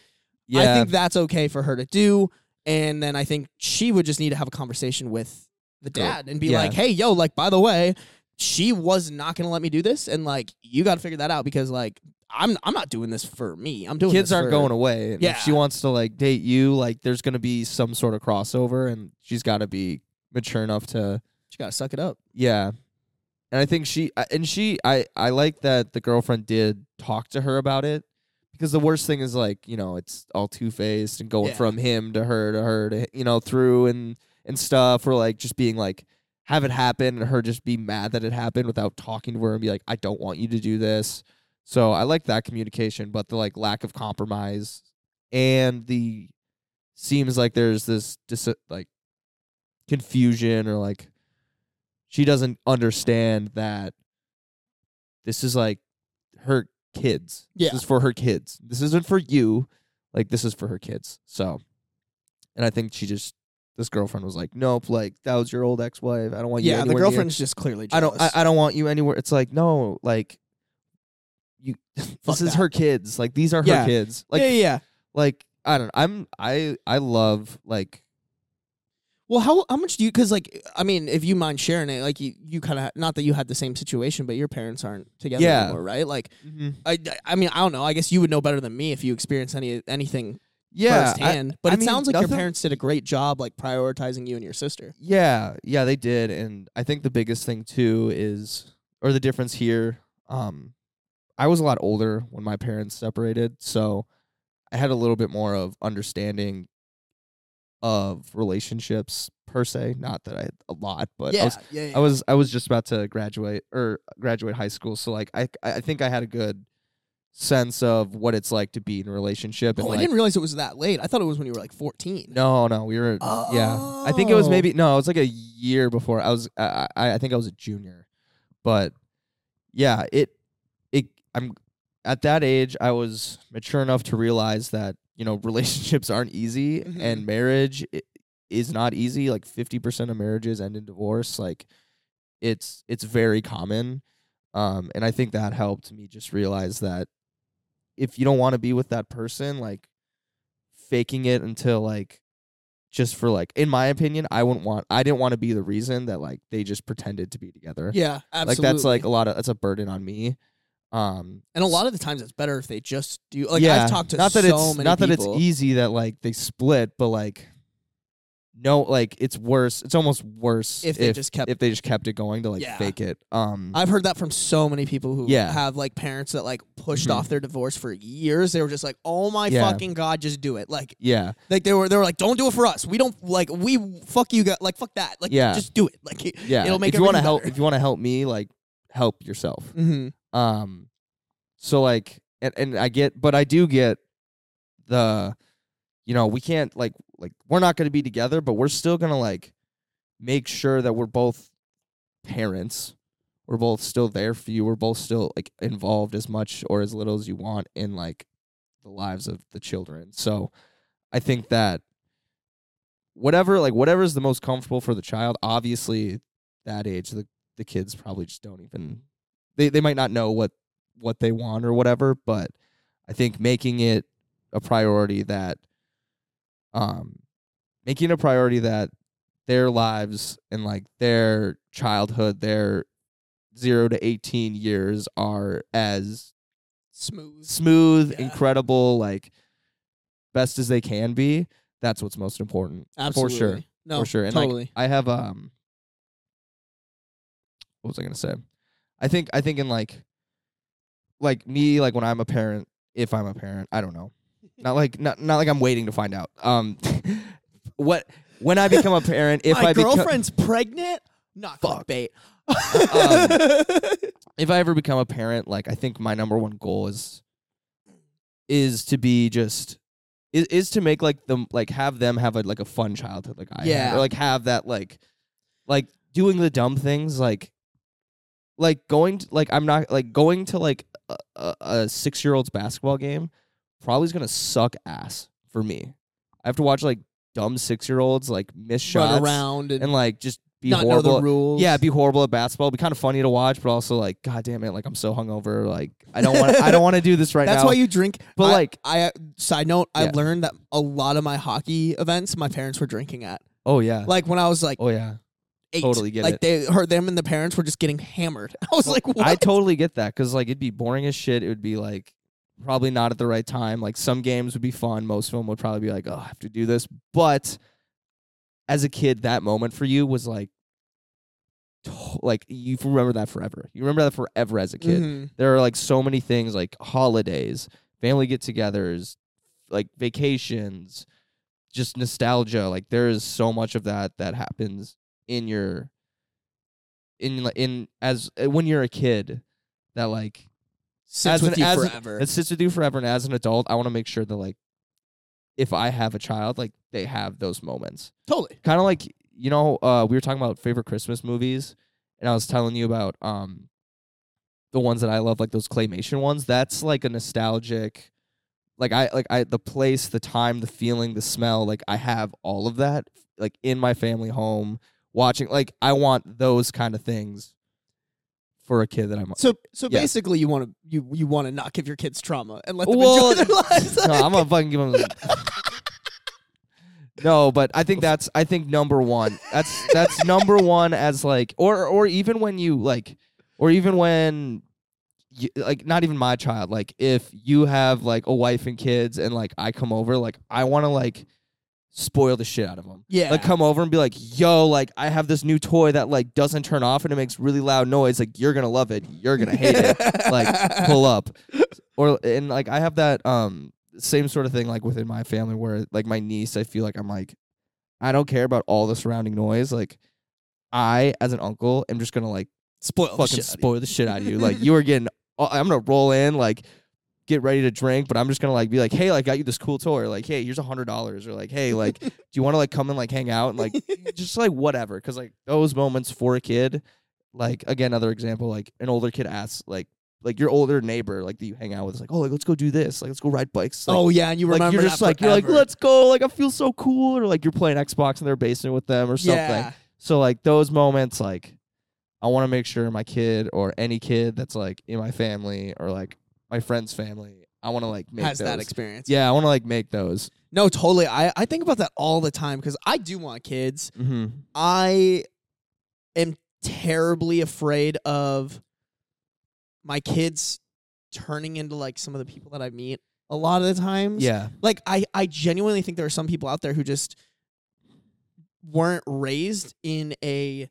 Speaker 2: Yeah,
Speaker 1: I think that's okay for her to do. And then I think she would just need to have a conversation with the
Speaker 2: Girl.
Speaker 1: dad and be
Speaker 2: Yeah.
Speaker 1: like, hey, yo, like, by the way, she was not going to let me do this. And like, you got to figure that out because like, I'm, I'm not doing this for me. I'm doing
Speaker 2: kids
Speaker 1: this
Speaker 2: aren't
Speaker 1: for-
Speaker 2: going away. and
Speaker 1: Yeah.
Speaker 2: If she wants to like date you, like there's gonna be some sort of crossover, and she's got to be mature enough to
Speaker 1: She got to suck it up.
Speaker 2: yeah. And I think she I- and she I I like that the girlfriend did talk to her about it because the worst thing is like you know it's all two faced and going
Speaker 1: Yeah.
Speaker 2: from him to her to her to you know through and and stuff or like just being like have it happen and her just be mad that it happened without talking to her and be like I don't want you to do this. So I like that communication, but the like lack of compromise and the seems like there's this dis- like confusion or like she doesn't understand that this is like her kids.
Speaker 1: Yeah.
Speaker 2: This is for her kids. This isn't for you. Like this is for her kids. So and I think she just this girlfriend was like, Nope, like that was your old ex wife. I don't want you
Speaker 1: Yeah, the
Speaker 2: anywhere near-
Speaker 1: girlfriend's just clearly
Speaker 2: I
Speaker 1: jealous.
Speaker 2: don't I, I don't want you anywhere. It's like, no, like you (laughs)
Speaker 1: Fuck
Speaker 2: this is
Speaker 1: that.
Speaker 2: her kids. Like these are
Speaker 1: Yeah.
Speaker 2: her kids. Like
Speaker 1: yeah, yeah, yeah.
Speaker 2: like I don't I'm I I love like
Speaker 1: Well, how how much do you? Because like, I mean, if you mind sharing it, like you, you kind of not that you had the same situation, but your parents aren't together
Speaker 2: Yeah.
Speaker 1: anymore, right? Like, I, I- I mean, I don't know. I guess you would know better than me if you experienced any anything
Speaker 2: yeah, I-
Speaker 1: firsthand. but
Speaker 2: I
Speaker 1: it
Speaker 2: mean,
Speaker 1: sounds like your
Speaker 2: nothing-
Speaker 1: parents did a great job, like prioritizing you and your sister.
Speaker 2: Yeah, yeah, they did, and I think the biggest thing too is, or the difference here, um, I was a lot older when my parents separated, so I had a little bit more of understanding of relationships per se. Not that I had a lot, but I was
Speaker 1: yeah, yeah.
Speaker 2: I was I was just about to graduate or graduate high school, so like I I think I had a good sense of what it's like to be in a relationship. And
Speaker 1: oh, I
Speaker 2: like,
Speaker 1: didn't realize it was that late. I thought it was when you were like fourteen.
Speaker 2: no, no, we were. Yeah, I think it was
Speaker 1: Oh.
Speaker 2: maybe no, it was like a year before. I was, I, I, I think I was a junior, but yeah, it, it. I'm at that age. I was mature enough to realize that you know (laughs) relationships aren't easy,
Speaker 1: Mhm.
Speaker 2: and marriage i- is not easy. Like fifty percent of marriages end in divorce. Like it's it's very common, um, and I think that helped me just realize that if you don't want to be with that person, like faking it until like just for like in my opinion, I wouldn't want I didn't want to be the reason that like they just pretended to be together.
Speaker 1: yeah, absolutely.
Speaker 2: Like that's like a lot of that's a burden on me. Um
Speaker 1: and a lot of the times it's better if they just do. Like
Speaker 2: yeah,
Speaker 1: I've talked to
Speaker 2: not that
Speaker 1: so
Speaker 2: it's
Speaker 1: many
Speaker 2: not that
Speaker 1: people.
Speaker 2: it's easy that like they split, but like no, like it's worse. It's almost worse
Speaker 1: If they just kept-
Speaker 2: if they just kept it going to like
Speaker 1: Yeah.
Speaker 2: fake it. Um,
Speaker 1: I've heard that from so many people who
Speaker 2: Yeah.
Speaker 1: have like parents that like pushed
Speaker 2: Mhm.
Speaker 1: off their divorce for years. They were just like, "Oh my
Speaker 2: Yeah.
Speaker 1: fucking god, just do it!" Like,
Speaker 2: yeah,
Speaker 1: like they were they were like, "Don't do it for us. We don't like we fuck you guys. Like fuck that. Like
Speaker 2: Yeah.
Speaker 1: just do it. Like it,
Speaker 2: yeah.
Speaker 1: it'll make
Speaker 2: if you want to
Speaker 1: everything
Speaker 2: help,
Speaker 1: better.
Speaker 2: if you want to help me, like help yourself.
Speaker 1: Mm-hmm.
Speaker 2: Um, so like, and, and I get, but I do get the, you know, we can't like, like we're not going to be together, but we're still going to like make sure that we're both parents. We're both still there for you. We're both still like involved as much or as little as you want in like the the lives of the children. So I think that whatever like whatever is the most comfortable for the child, obviously that age the, the kids probably just don't even they, they might not know what what they want or whatever, but I think making it a priority that um making it a priority that their lives and like their childhood, their zero to 18 years are as
Speaker 1: Smooth.
Speaker 2: smooth,
Speaker 1: Yeah.
Speaker 2: incredible, like best as they can be. That's what's most important.
Speaker 1: Absolutely.
Speaker 2: For sure.
Speaker 1: No,
Speaker 2: for sure. And
Speaker 1: totally.
Speaker 2: like I have um what was I gonna say? I think I think in like like me, like when I'm a parent, if I'm a parent, I don't know. Not like not not like I'm waiting to find out. Um (laughs) what when I become a parent, if
Speaker 1: My
Speaker 2: I become
Speaker 1: girlfriend's pregnant? Not Um,
Speaker 2: Fuck. (laughs)
Speaker 1: clickbait.
Speaker 2: if I ever become a parent, like I think my number one goal is is to be just is, is to make like them like have them have a like a fun childhood like I had.
Speaker 1: Yeah.
Speaker 2: or like have that like like doing the dumb things like like going to, like I'm not like going to like a, a, a six year old's basketball game probably is gonna suck ass for me. I have to watch like dumb six year olds like miss shots
Speaker 1: Run around and,
Speaker 2: and like just be
Speaker 1: not know
Speaker 2: horrible
Speaker 1: the rules.
Speaker 2: yeah, be horrible at basketball. Be kind of funny to watch, but also like, god damn it, like I'm so hungover. Like I don't want I don't want to do this right
Speaker 1: That's
Speaker 2: now.
Speaker 1: why you drink.
Speaker 2: But,
Speaker 1: I-
Speaker 2: like-
Speaker 1: I side note, I
Speaker 2: Yeah.
Speaker 1: learned that a lot of my hockey events, my parents were drinking at.
Speaker 2: oh yeah.
Speaker 1: Like when I was like
Speaker 2: oh yeah.
Speaker 1: eight,
Speaker 2: totally get
Speaker 1: like
Speaker 2: it.
Speaker 1: they heard them and the parents were just getting hammered. (laughs) I was like, what?
Speaker 2: I totally get that cuz like it'd be boring as shit. It would be like probably not at the right time. Like some games would be fun, most of them would probably be like, "Oh, I have to do this." But as a kid, that moment for you was like to- like you remember that forever. You remember that forever as a kid.
Speaker 1: Mhm.
Speaker 2: there are like so many things like holidays, family get-togethers, like vacations, just nostalgia. Like there is so much of that that happens in your in like, in as uh, when you're a kid that like
Speaker 1: Sits
Speaker 2: as
Speaker 1: with
Speaker 2: an-
Speaker 1: you
Speaker 2: as an-
Speaker 1: forever.
Speaker 2: that sits with you forever and as an adult, I want to make sure that like if I have a child, like they have those moments
Speaker 1: totally.
Speaker 2: kind of like you know uh, we were talking about favorite christmas movies and i was telling you about um the ones that i love like those claymation ones that's like a nostalgic like i like i the place the time the feeling the smell like i have all of that like in my family home watching like i want those kind of things for a kid that i'm
Speaker 1: So so
Speaker 2: Yeah.
Speaker 1: basically you want to you you want to not give your kids trauma and let them
Speaker 2: Well,
Speaker 1: enjoy their
Speaker 2: (laughs)
Speaker 1: lives.
Speaker 2: no, I'm gonna fucking give him. no, but I think that's I think number one. That's that's number one as like or or even when you like or even when you, like not even my child like if you have like a wife and kids and like I come over like I want to like spoil the shit out of them.
Speaker 1: (laughs) yeah.
Speaker 2: Like come over and be like, yo, like I have this new toy that like doesn't turn off and it makes really loud noise. Like you're gonna love it. You're gonna hate it
Speaker 1: (laughs)
Speaker 2: like pull up or and like i have that um same sort of thing like within my family where like my niece i feel like i'm like i don't care about all the surrounding noise like i as an uncle am just gonna like
Speaker 1: spoil the
Speaker 2: fucking
Speaker 1: shit out of you.
Speaker 2: spoil the shit
Speaker 1: (laughs)
Speaker 2: out of you like you are getting i'm gonna roll in like get ready to drink but i'm just gonna like be like hey like got you this cool toy or like hey here's a hundred dollars or like hey like do you want to like come and like hang out
Speaker 1: (laughs)
Speaker 2: and like just like whatever because like those moments for a kid like again another example like an older kid asks like like your older neighbor like that you hang out with is like oh like let's go do this like let's go ride bikes like,
Speaker 1: oh yeah, and you
Speaker 2: like
Speaker 1: remember
Speaker 2: you're
Speaker 1: that
Speaker 2: just like you're like
Speaker 1: forever.
Speaker 2: let's go like i feel so cool or like you're playing xbox in their basement with them or something
Speaker 1: Yeah.
Speaker 2: so like those moments like i want to make sure my kid or any kid that's like in my family or like my friend's family i want to like make
Speaker 1: Has
Speaker 2: those.
Speaker 1: that experience.
Speaker 2: yeah i want to like make those
Speaker 1: No, totally. I, I think about that all the time because I do want kids.
Speaker 2: mm-hmm.
Speaker 1: I am terribly afraid of my kids turning into like some of the people that I meet a lot of the times.
Speaker 2: yeah
Speaker 1: Like I, I genuinely think there are some people out there who just weren't raised in a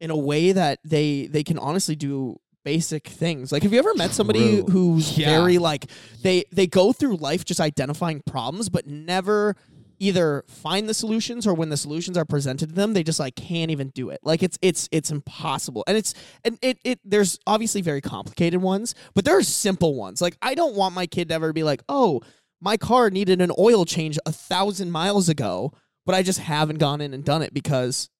Speaker 1: in a way that they they can honestly do basic things. Like have you ever met somebody
Speaker 2: True.
Speaker 1: who's
Speaker 2: Yeah.
Speaker 1: very like they they go through life just identifying problems but never either find the solutions or when the solutions are presented to them they just like can't even do it like it's it's it's impossible and it's and it it there's obviously very complicated ones but there are simple ones like i don't want my kid to ever be like oh my car needed an oil change a thousand miles ago but i just haven't gone in and done it because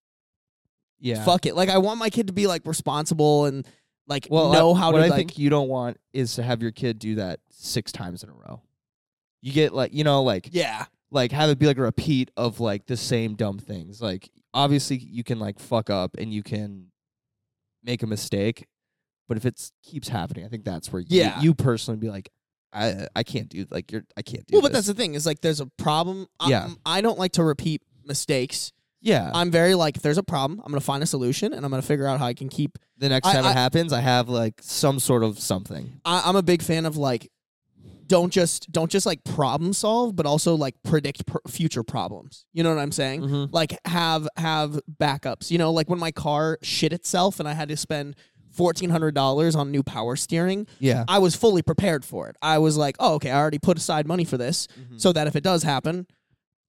Speaker 2: yeah
Speaker 1: fuck it like i want my kid to be like responsible and like
Speaker 2: Well, I-
Speaker 1: know how to
Speaker 2: what I
Speaker 1: like
Speaker 2: think you don't want is to have your kid do that six times in a row. You get like you know like
Speaker 1: yeah
Speaker 2: like have it be like a repeat of like the same dumb things. Like obviously you can like fuck up and you can make a mistake, but if it keeps happening, I think that's where you,
Speaker 1: Yeah.
Speaker 2: you personally be like, I I can't do like you're I can't do.
Speaker 1: well but
Speaker 2: this.
Speaker 1: that's the thing is like there's a problem Um,
Speaker 2: Yeah.
Speaker 1: I don't like to repeat mistakes
Speaker 2: yeah.
Speaker 1: I'm very like if there's a problem I'm gonna find a solution and I'm gonna figure out how I can keep
Speaker 2: the next
Speaker 1: I-
Speaker 2: time
Speaker 1: I-
Speaker 2: it happens, I have like some sort of something.
Speaker 1: I, I'm a big fan of like don't just don't just like problem solve but also like predict pr- future problems you know what i'm saying
Speaker 2: Mhm.
Speaker 1: like have have backups you know like when my car shit itself and i had to spend $1400 on new power steering
Speaker 2: Yeah.
Speaker 1: i was fully prepared for it i was like oh okay i already put aside money for this
Speaker 2: Hmm.
Speaker 1: so that if it does happen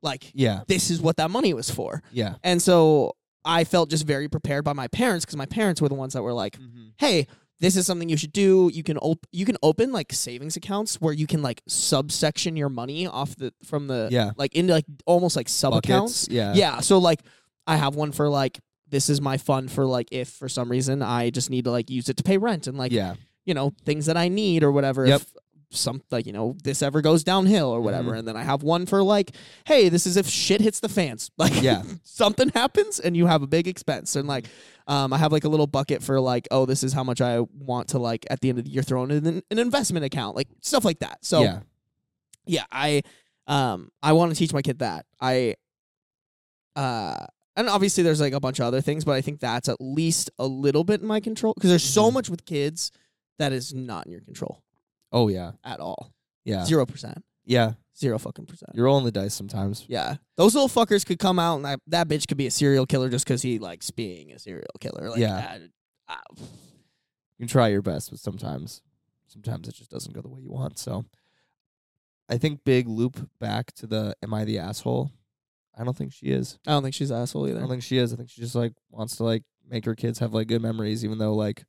Speaker 1: like
Speaker 2: yeah.
Speaker 1: this is what that money was for
Speaker 2: Yeah.
Speaker 1: and so i felt just very prepared by my parents because my parents were the ones that were like
Speaker 2: Mm.
Speaker 1: hey this is something you should do you can op- you can open like savings accounts where you can like subsection your money off the from the
Speaker 2: Yeah.
Speaker 1: like into like almost like sub
Speaker 2: Buckets,
Speaker 1: accounts
Speaker 2: yeah.
Speaker 1: yeah so like i have one for like this is my fund for like if for some reason i just need to like use it to pay rent and like (laughs)
Speaker 2: yeah.
Speaker 1: you know things that i need or whatever
Speaker 2: Yep. Mm-hmm.
Speaker 1: if some like you know this ever goes downhill or whatever and then i have one for like hey this is if shit hits the fans (laughs) like
Speaker 2: Yeah.
Speaker 1: something happens and you have a big expense and like um, i have like a little bucket for like oh this is how much i want to like at the end of the year throw in an, an investment account like stuff like that so
Speaker 2: yeah.
Speaker 1: yeah i um i want to teach my kid that i uh and obviously there's like a bunch of other things but i think that's at least a little bit in my control because there's so
Speaker 2: Mhm.
Speaker 1: much with kids that is not in your control
Speaker 2: Oh yeah.
Speaker 1: at all
Speaker 2: Yeah.
Speaker 1: zero percent
Speaker 2: Yeah.
Speaker 1: zero fucking percent
Speaker 2: You're rolling the dice sometimes.
Speaker 1: yeah those little fuckers could come out and that, that bitch could be a serial killer just because he likes being a serial killer like
Speaker 2: Yeah.
Speaker 1: I- I-
Speaker 2: You can try your best, but sometimes sometimes it just doesn't go the way you want. So I think big loop back to the am I the asshole? I don't think she is.
Speaker 1: I don't think she's an asshole
Speaker 2: I
Speaker 1: either
Speaker 2: don't think she is. I think she just like wants to like make her kids have like good memories even though like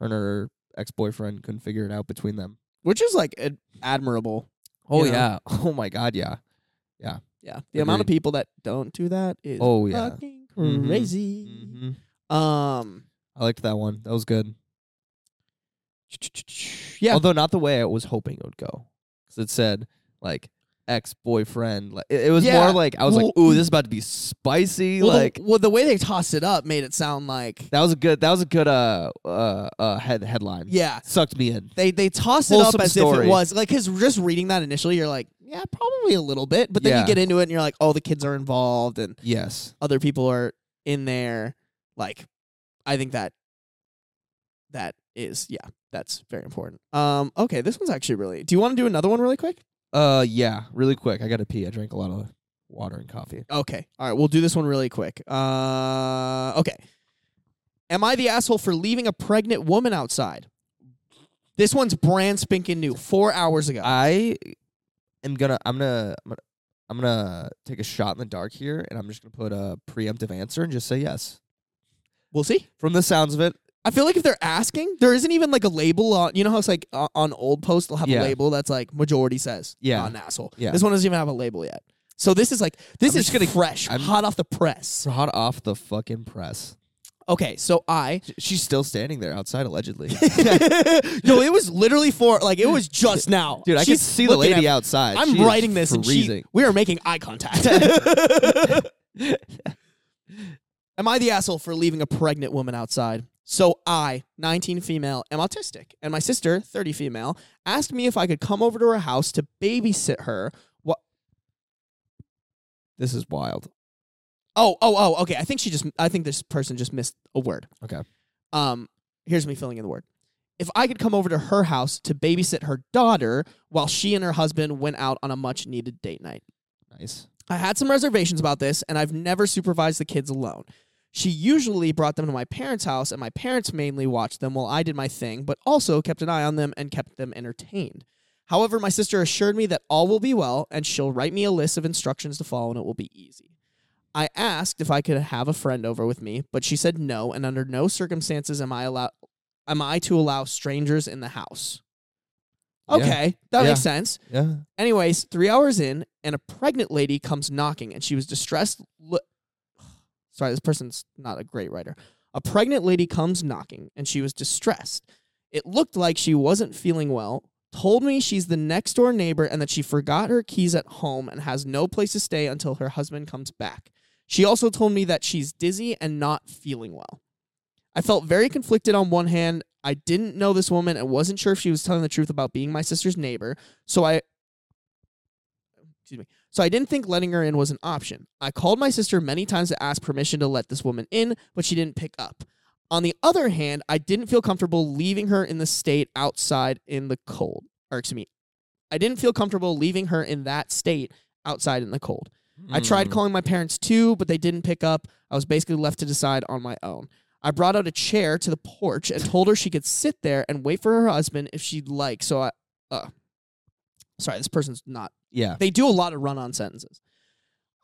Speaker 2: her and her ex boyfriend couldn't figure it out between them.
Speaker 1: which is like ad- admirable
Speaker 2: Oh
Speaker 1: you know?
Speaker 2: yeah. (laughs) Oh my god, yeah.
Speaker 1: yeah the amount of
Speaker 2: Agreed.
Speaker 1: people that don't do that is
Speaker 2: Oh, yeah.
Speaker 1: fucking
Speaker 2: Mhm.
Speaker 1: crazy
Speaker 2: hmm
Speaker 1: Um.
Speaker 2: I liked that one. That was good.
Speaker 1: Yeah.
Speaker 2: Although not the way I was hoping it would go. Cuz it said like ex boyfriend like it, it was
Speaker 1: Yeah.
Speaker 2: more like I was like,
Speaker 1: Well- mm.
Speaker 2: "Ooh, this is about to be spicy."
Speaker 1: well,
Speaker 2: like
Speaker 1: the, well, the way they tossed it up made it sound like
Speaker 2: That was a good. That was a good uh uh, uh head headline.
Speaker 1: yeah.
Speaker 2: sucked me in.
Speaker 1: They they toss it
Speaker 2: Wholesome
Speaker 1: up as if
Speaker 2: story.
Speaker 1: it was like because just reading that initially you're like yeah probably a little bit but then you
Speaker 2: Yeah.
Speaker 1: get into it and you're like oh the kids are involved and
Speaker 2: Yes.
Speaker 1: other people are in there like I think that that is yeah that's very important. Um. Okay. This one's actually really. Do you want to do another one really quick?
Speaker 2: Uh, yeah. Really quick. I gotta pee. I drank a lot of water and coffee.
Speaker 1: Okay. All right. We'll do this one really quick. Uh, okay. Am I the asshole for leaving a pregnant woman outside? This one's brand spanking new. Four hours ago.
Speaker 2: I am gonna. I'm gonna. I'm gonna. I'm gonna take a shot in the dark here, and I'm just gonna put a preemptive answer and just say yes.
Speaker 1: we'll see.
Speaker 2: From the sounds of it,
Speaker 1: I feel like if they're asking, there isn't even like a label on. You know how it's like uh, on old posts they'll have
Speaker 2: Yeah.
Speaker 1: a label that's like majority says
Speaker 2: Yeah.
Speaker 1: not an asshole.
Speaker 2: Yeah.
Speaker 1: This one doesn't even have a label yet. So this is like this
Speaker 2: I'm
Speaker 1: is
Speaker 2: just gonna-
Speaker 1: fresh,
Speaker 2: I'm-
Speaker 1: hot off the press.
Speaker 2: it's hot off the fucking press.
Speaker 1: Okay, so
Speaker 2: (laughs)
Speaker 1: I (laughs)
Speaker 2: Sh- She's still standing there outside, allegedly. (laughs)
Speaker 1: no, it was literally for like it was just now,
Speaker 2: Dude, I can
Speaker 1: She's
Speaker 2: see the
Speaker 1: looking at
Speaker 2: lady outside.
Speaker 1: I'm
Speaker 2: She is
Speaker 1: writing this and she,
Speaker 2: freezing.
Speaker 1: we are making eye
Speaker 2: (laughs)
Speaker 1: contact. am I the asshole for leaving a pregnant woman outside? So I, 19 female, am autistic, and my sister, 30 female, asked me if I could come over to her house to babysit her. What?
Speaker 2: This is wild.
Speaker 1: Oh, oh, oh. Okay, I think she just. I think this person just missed a word.
Speaker 2: Okay.
Speaker 1: Um, here's me filling in the word. If I could come over to her house to babysit her daughter while she and her husband went out on a much needed date night.
Speaker 2: Nice.
Speaker 1: I had some reservations about this, and I've never supervised the kids alone. She usually brought them to my parents' house, and my parents mainly watched them while I did my thing, but also kept an eye on them and kept them entertained. However, my sister assured me that all will be well, and she'll write me a list of instructions to follow, and it will be easy. I asked if I could have a friend over with me, but she said no, and under no circumstances am I allow- am I to allow strangers in the house.
Speaker 2: Yeah.
Speaker 1: Okay, that
Speaker 2: Yeah.
Speaker 1: makes sense.
Speaker 2: Yeah.
Speaker 1: Anyways, three hours in, and a pregnant lady (sighs) comes knocking, and she was distressed. Lo- Sorry, this person's not a great writer. A pregnant lady comes knocking, and she was distressed. It looked like she wasn't feeling well. Told me she's the next door neighbor and that she forgot her keys at home and has no place to stay until her husband comes back. She also told me that she's dizzy and not feeling well. I felt very conflicted on one hand. I didn't know this woman and wasn't sure if she was telling the truth about being my sister's neighbor, so I excuse me. So I didn't think letting her in was an option. I called my sister many times to ask permission to let this woman in, but she didn't pick up. On the other hand, I didn't feel comfortable leaving her in the state outside in the cold. Or excuse me, I didn't feel comfortable leaving her in that state outside in the cold. I
Speaker 2: Hmm.
Speaker 1: tried calling my parents too, but they didn't pick up. I was basically left to decide on my own. I brought out a chair to the porch and told her she could sit there and wait for her husband if she'd like. So I, uh, sorry, this person's not
Speaker 2: Yeah.
Speaker 1: they do a lot of run on sentences.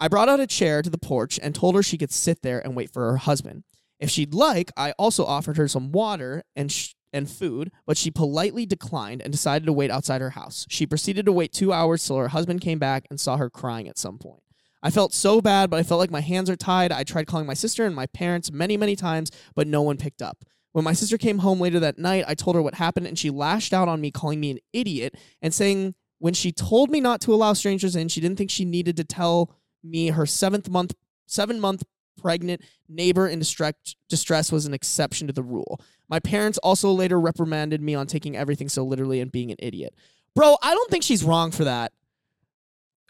Speaker 1: I brought out a chair to the porch and told her she could sit there and wait for her husband. If she'd like, I also offered her some water and sh- and food, but she politely declined and decided to wait outside her house. She proceeded to wait 2 hours till her husband came back and saw her crying at some point. I felt so bad, but I felt like my hands are tied. I tried calling my sister and my parents many, many times, but no one picked up. When my sister came home later that night, I told her what happened and she lashed out on me, calling me an idiot and saying when she told me not to allow strangers in, she didn't think she needed to tell me her seventh month, seven month pregnant neighbor in distress, distress was an exception to the rule. My parents also later reprimanded me on taking everything so literally and being an idiot. Bro, I don't think she's wrong for that.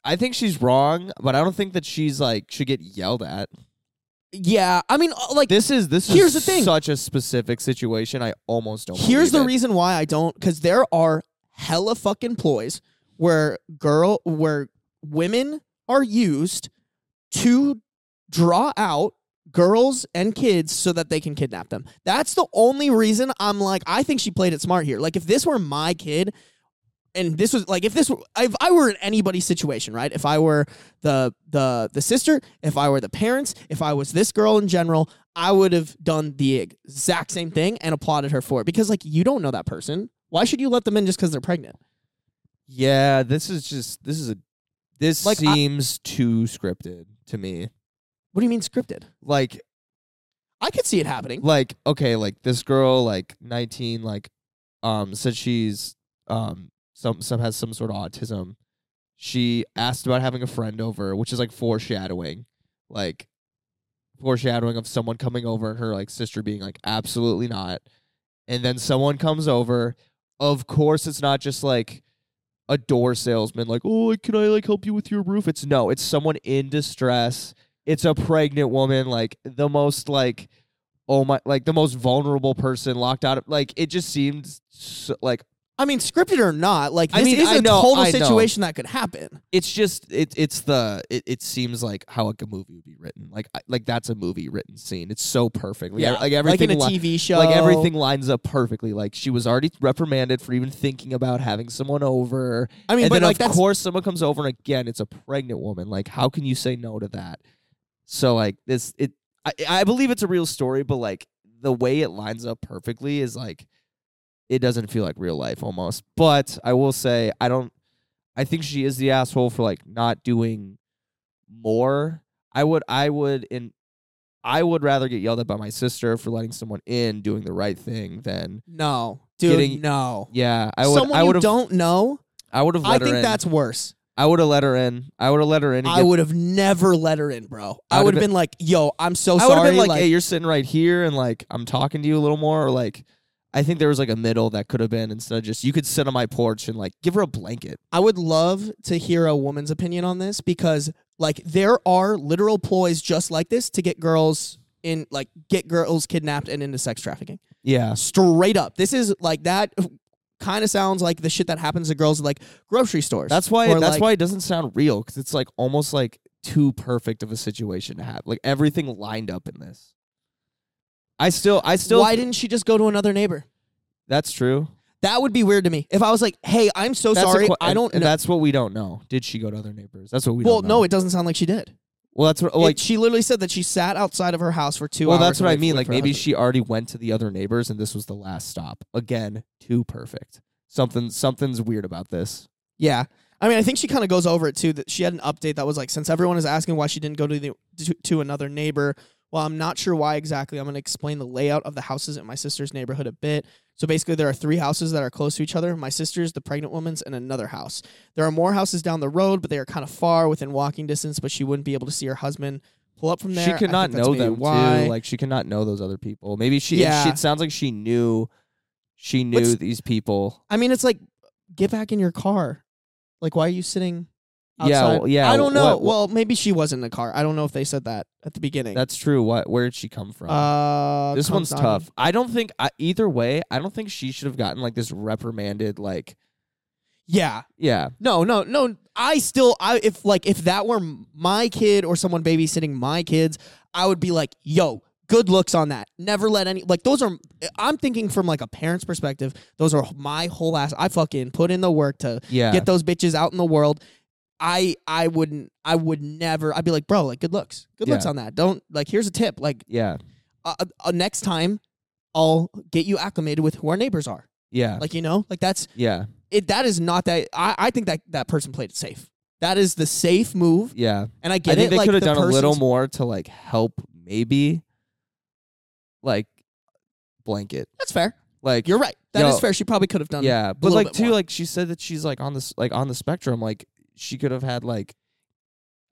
Speaker 2: I think she's wrong, but I don't think that she's like should get yelled at.
Speaker 1: Yeah, I mean, uh, like,
Speaker 2: This is this
Speaker 1: Here's
Speaker 2: is
Speaker 1: the thing.
Speaker 2: such a specific situation. I almost don't.
Speaker 1: here's the
Speaker 2: believe it.
Speaker 1: reason why I don't, because there are hella fucking ploys where girl, where women are used to draw out girls and kids so that they can kidnap them. That's the only reason I'm like, I think she played it smart here. Like, if this were my kid, and this was like, if this were, if I were in anybody's situation, right? If I were the the the sister, if I were the parents, if I was this girl in general, I would have done the exact same thing and applauded her for it because, like, you don't know that person. Why should you let them in just because they're pregnant?
Speaker 2: Yeah, this is just this is a this
Speaker 1: Like, I-
Speaker 2: seems too scripted to me.
Speaker 1: What do you mean scripted?
Speaker 2: Like
Speaker 1: I could see it happening.
Speaker 2: like okay, like this girl like 19 like um said she's um some some has some sort of autism. She asked about having a friend over, which is like foreshadowing. Like foreshadowing of someone coming over and her like sister being like absolutely not. And then someone comes over. Of course it's not just like a door salesman like, "Oh, like, can I like help you with your roof?" It's no, it's someone in distress. It's a pregnant woman like the most like oh my like the most vulnerable person locked out of like it just seemed so, like
Speaker 1: I mean, scripted or not, like
Speaker 2: I
Speaker 1: this
Speaker 2: mean,
Speaker 1: is
Speaker 2: I
Speaker 1: a
Speaker 2: know,
Speaker 1: total
Speaker 2: I know.
Speaker 1: situation that could happen.
Speaker 2: it's just it it's the it, it seems like how like a movie would be written like I- like that's a movie written scene it's so perfect like, e- like everything
Speaker 1: like in a
Speaker 2: li-
Speaker 1: TV show,
Speaker 2: like everything lines up perfectly like she was already reprimanded for even thinking about having someone over
Speaker 1: I mean,
Speaker 2: and
Speaker 1: but
Speaker 2: then
Speaker 1: like
Speaker 2: of
Speaker 1: that's
Speaker 2: course someone comes over and again it's a pregnant woman like how can you say no to that so like this it i, I believe it's a real story but like the way it lines up perfectly is like it doesn't feel like real life almost but i will say i don't i think she is the asshole for like not doing more i would i would in i would rather get yelled at by my sister for letting someone in doing the right thing than
Speaker 1: no, dude,
Speaker 2: Getting-
Speaker 1: no.
Speaker 2: yeah i would
Speaker 1: Someone
Speaker 2: i
Speaker 1: you
Speaker 2: would have
Speaker 1: don't know.
Speaker 2: i would have
Speaker 1: I
Speaker 2: let
Speaker 1: think
Speaker 2: her in
Speaker 1: that's worse.
Speaker 2: i would have let her in i would have let her in and
Speaker 1: I
Speaker 2: get-
Speaker 1: would have never let her in, bro.
Speaker 2: I
Speaker 1: I
Speaker 2: would've
Speaker 1: would have been like, "Yo, I'm so
Speaker 2: I would have
Speaker 1: sorry."
Speaker 2: been like, hey, you're sitting right here, and like I'm talking to you a little more, or like I think there was like a middle that could have been instead of just you could sit on my porch and like give her a blanket.
Speaker 1: I would love to hear a woman's opinion on this because like there are literal ploys just like this to get girls in like get girls kidnapped and into sex trafficking.
Speaker 2: Yeah,
Speaker 1: Straight up. This is like that kind of sounds like the shit that happens to girls at like grocery stores.
Speaker 2: that's why.
Speaker 1: Or,
Speaker 2: that's
Speaker 1: like-
Speaker 2: why it doesn't sound real because it's like almost like too perfect of a situation to have. Like everything lined up in this. I still, I still.
Speaker 1: why didn't she just go to another neighbor?
Speaker 2: that's true?
Speaker 1: That would be weird to me. If I was like, "Hey, I'm so
Speaker 2: That's a
Speaker 1: sorry.
Speaker 2: que-
Speaker 1: I
Speaker 2: and-
Speaker 1: don't
Speaker 2: and
Speaker 1: know."
Speaker 2: That's what we don't know. Did she go to other neighbors? That's what we
Speaker 1: Well,
Speaker 2: don't know.
Speaker 1: no, it doesn't sound like she did.
Speaker 2: well, that's what
Speaker 1: Like
Speaker 2: like.
Speaker 1: she literally said that she sat outside of her house for 2
Speaker 2: well,
Speaker 1: hours.
Speaker 2: that's
Speaker 1: and
Speaker 2: what I
Speaker 1: waited
Speaker 2: mean.
Speaker 1: for
Speaker 2: Like
Speaker 1: her
Speaker 2: maybe
Speaker 1: husband.
Speaker 2: she already went to the other neighbors, and this was the last stop. Again, too perfect. Something, something's weird about this.
Speaker 1: Yeah. I mean, I think she kind of goes over it too. That she had an update that was like, since everyone is asking why she didn't go to the to, to another neighbor, Well, I'm not sure why exactly. I'm going to explain the layout of the houses in my sister's neighborhood a bit. So basically, there are three houses that are close to each other my sister's, the pregnant woman's, and another house. There are more houses down the road, but they are kind of far within walking distance, but she wouldn't be able to see her husband pull up from there. I
Speaker 2: She could
Speaker 1: think
Speaker 2: not
Speaker 1: that's
Speaker 2: know
Speaker 1: maybe
Speaker 2: them
Speaker 1: why.
Speaker 2: too. Like she could not know those other people. Maybe she.
Speaker 1: Yeah.
Speaker 2: she it sounds like she knew. She knew
Speaker 1: What's-
Speaker 2: these people.
Speaker 1: I mean, it's like, get back in your car. Like, why are you sitting
Speaker 2: Yeah,
Speaker 1: outside?
Speaker 2: well, yeah,
Speaker 1: I don't know.
Speaker 2: what- what-
Speaker 1: well, maybe she was in the car. I don't know if they said that at the beginning.
Speaker 2: That's true. What? Where did she come from?
Speaker 1: uh,
Speaker 2: this one's
Speaker 1: Kamsani.
Speaker 2: tough. I don't think I, either way. I don't think she should have gotten like this reprimanded. Like,
Speaker 1: Yeah.
Speaker 2: yeah,
Speaker 1: No, no, no. I still, I if like if that were m- my kid or someone babysitting my kids, I would be like, yo, good looks on that. Never let any like those are. I'm thinking from like a parent's perspective. Those are my whole ass. I fucking put in the work to
Speaker 2: yeah.
Speaker 1: get those bitches out in the world. I I wouldn't. I would never. I'd be like, bro, like good looks, good looks
Speaker 2: Yeah.
Speaker 1: on that. Don't like. Here's a tip. Like
Speaker 2: yeah,
Speaker 1: uh, uh, uh, next time, I'll get you acclimated with who our neighbors are.
Speaker 2: yeah,
Speaker 1: Like you know, like that's
Speaker 2: yeah,
Speaker 1: it that is not that I, I think that that person played it safe. That is the safe move,
Speaker 2: yeah.
Speaker 1: and I get
Speaker 2: I think
Speaker 1: it.
Speaker 2: they
Speaker 1: like
Speaker 2: could have
Speaker 1: the
Speaker 2: done a little
Speaker 1: person's-
Speaker 2: more to like help, maybe. Like, blanket.
Speaker 1: That's fair.
Speaker 2: Like
Speaker 1: You're right. That is
Speaker 2: Yo.
Speaker 1: fair. She probably could have done.
Speaker 2: Yeah, but
Speaker 1: little
Speaker 2: like
Speaker 1: bit
Speaker 2: too,
Speaker 1: more.
Speaker 2: like she said that she's like on this, like on the spectrum. Like she could have had like,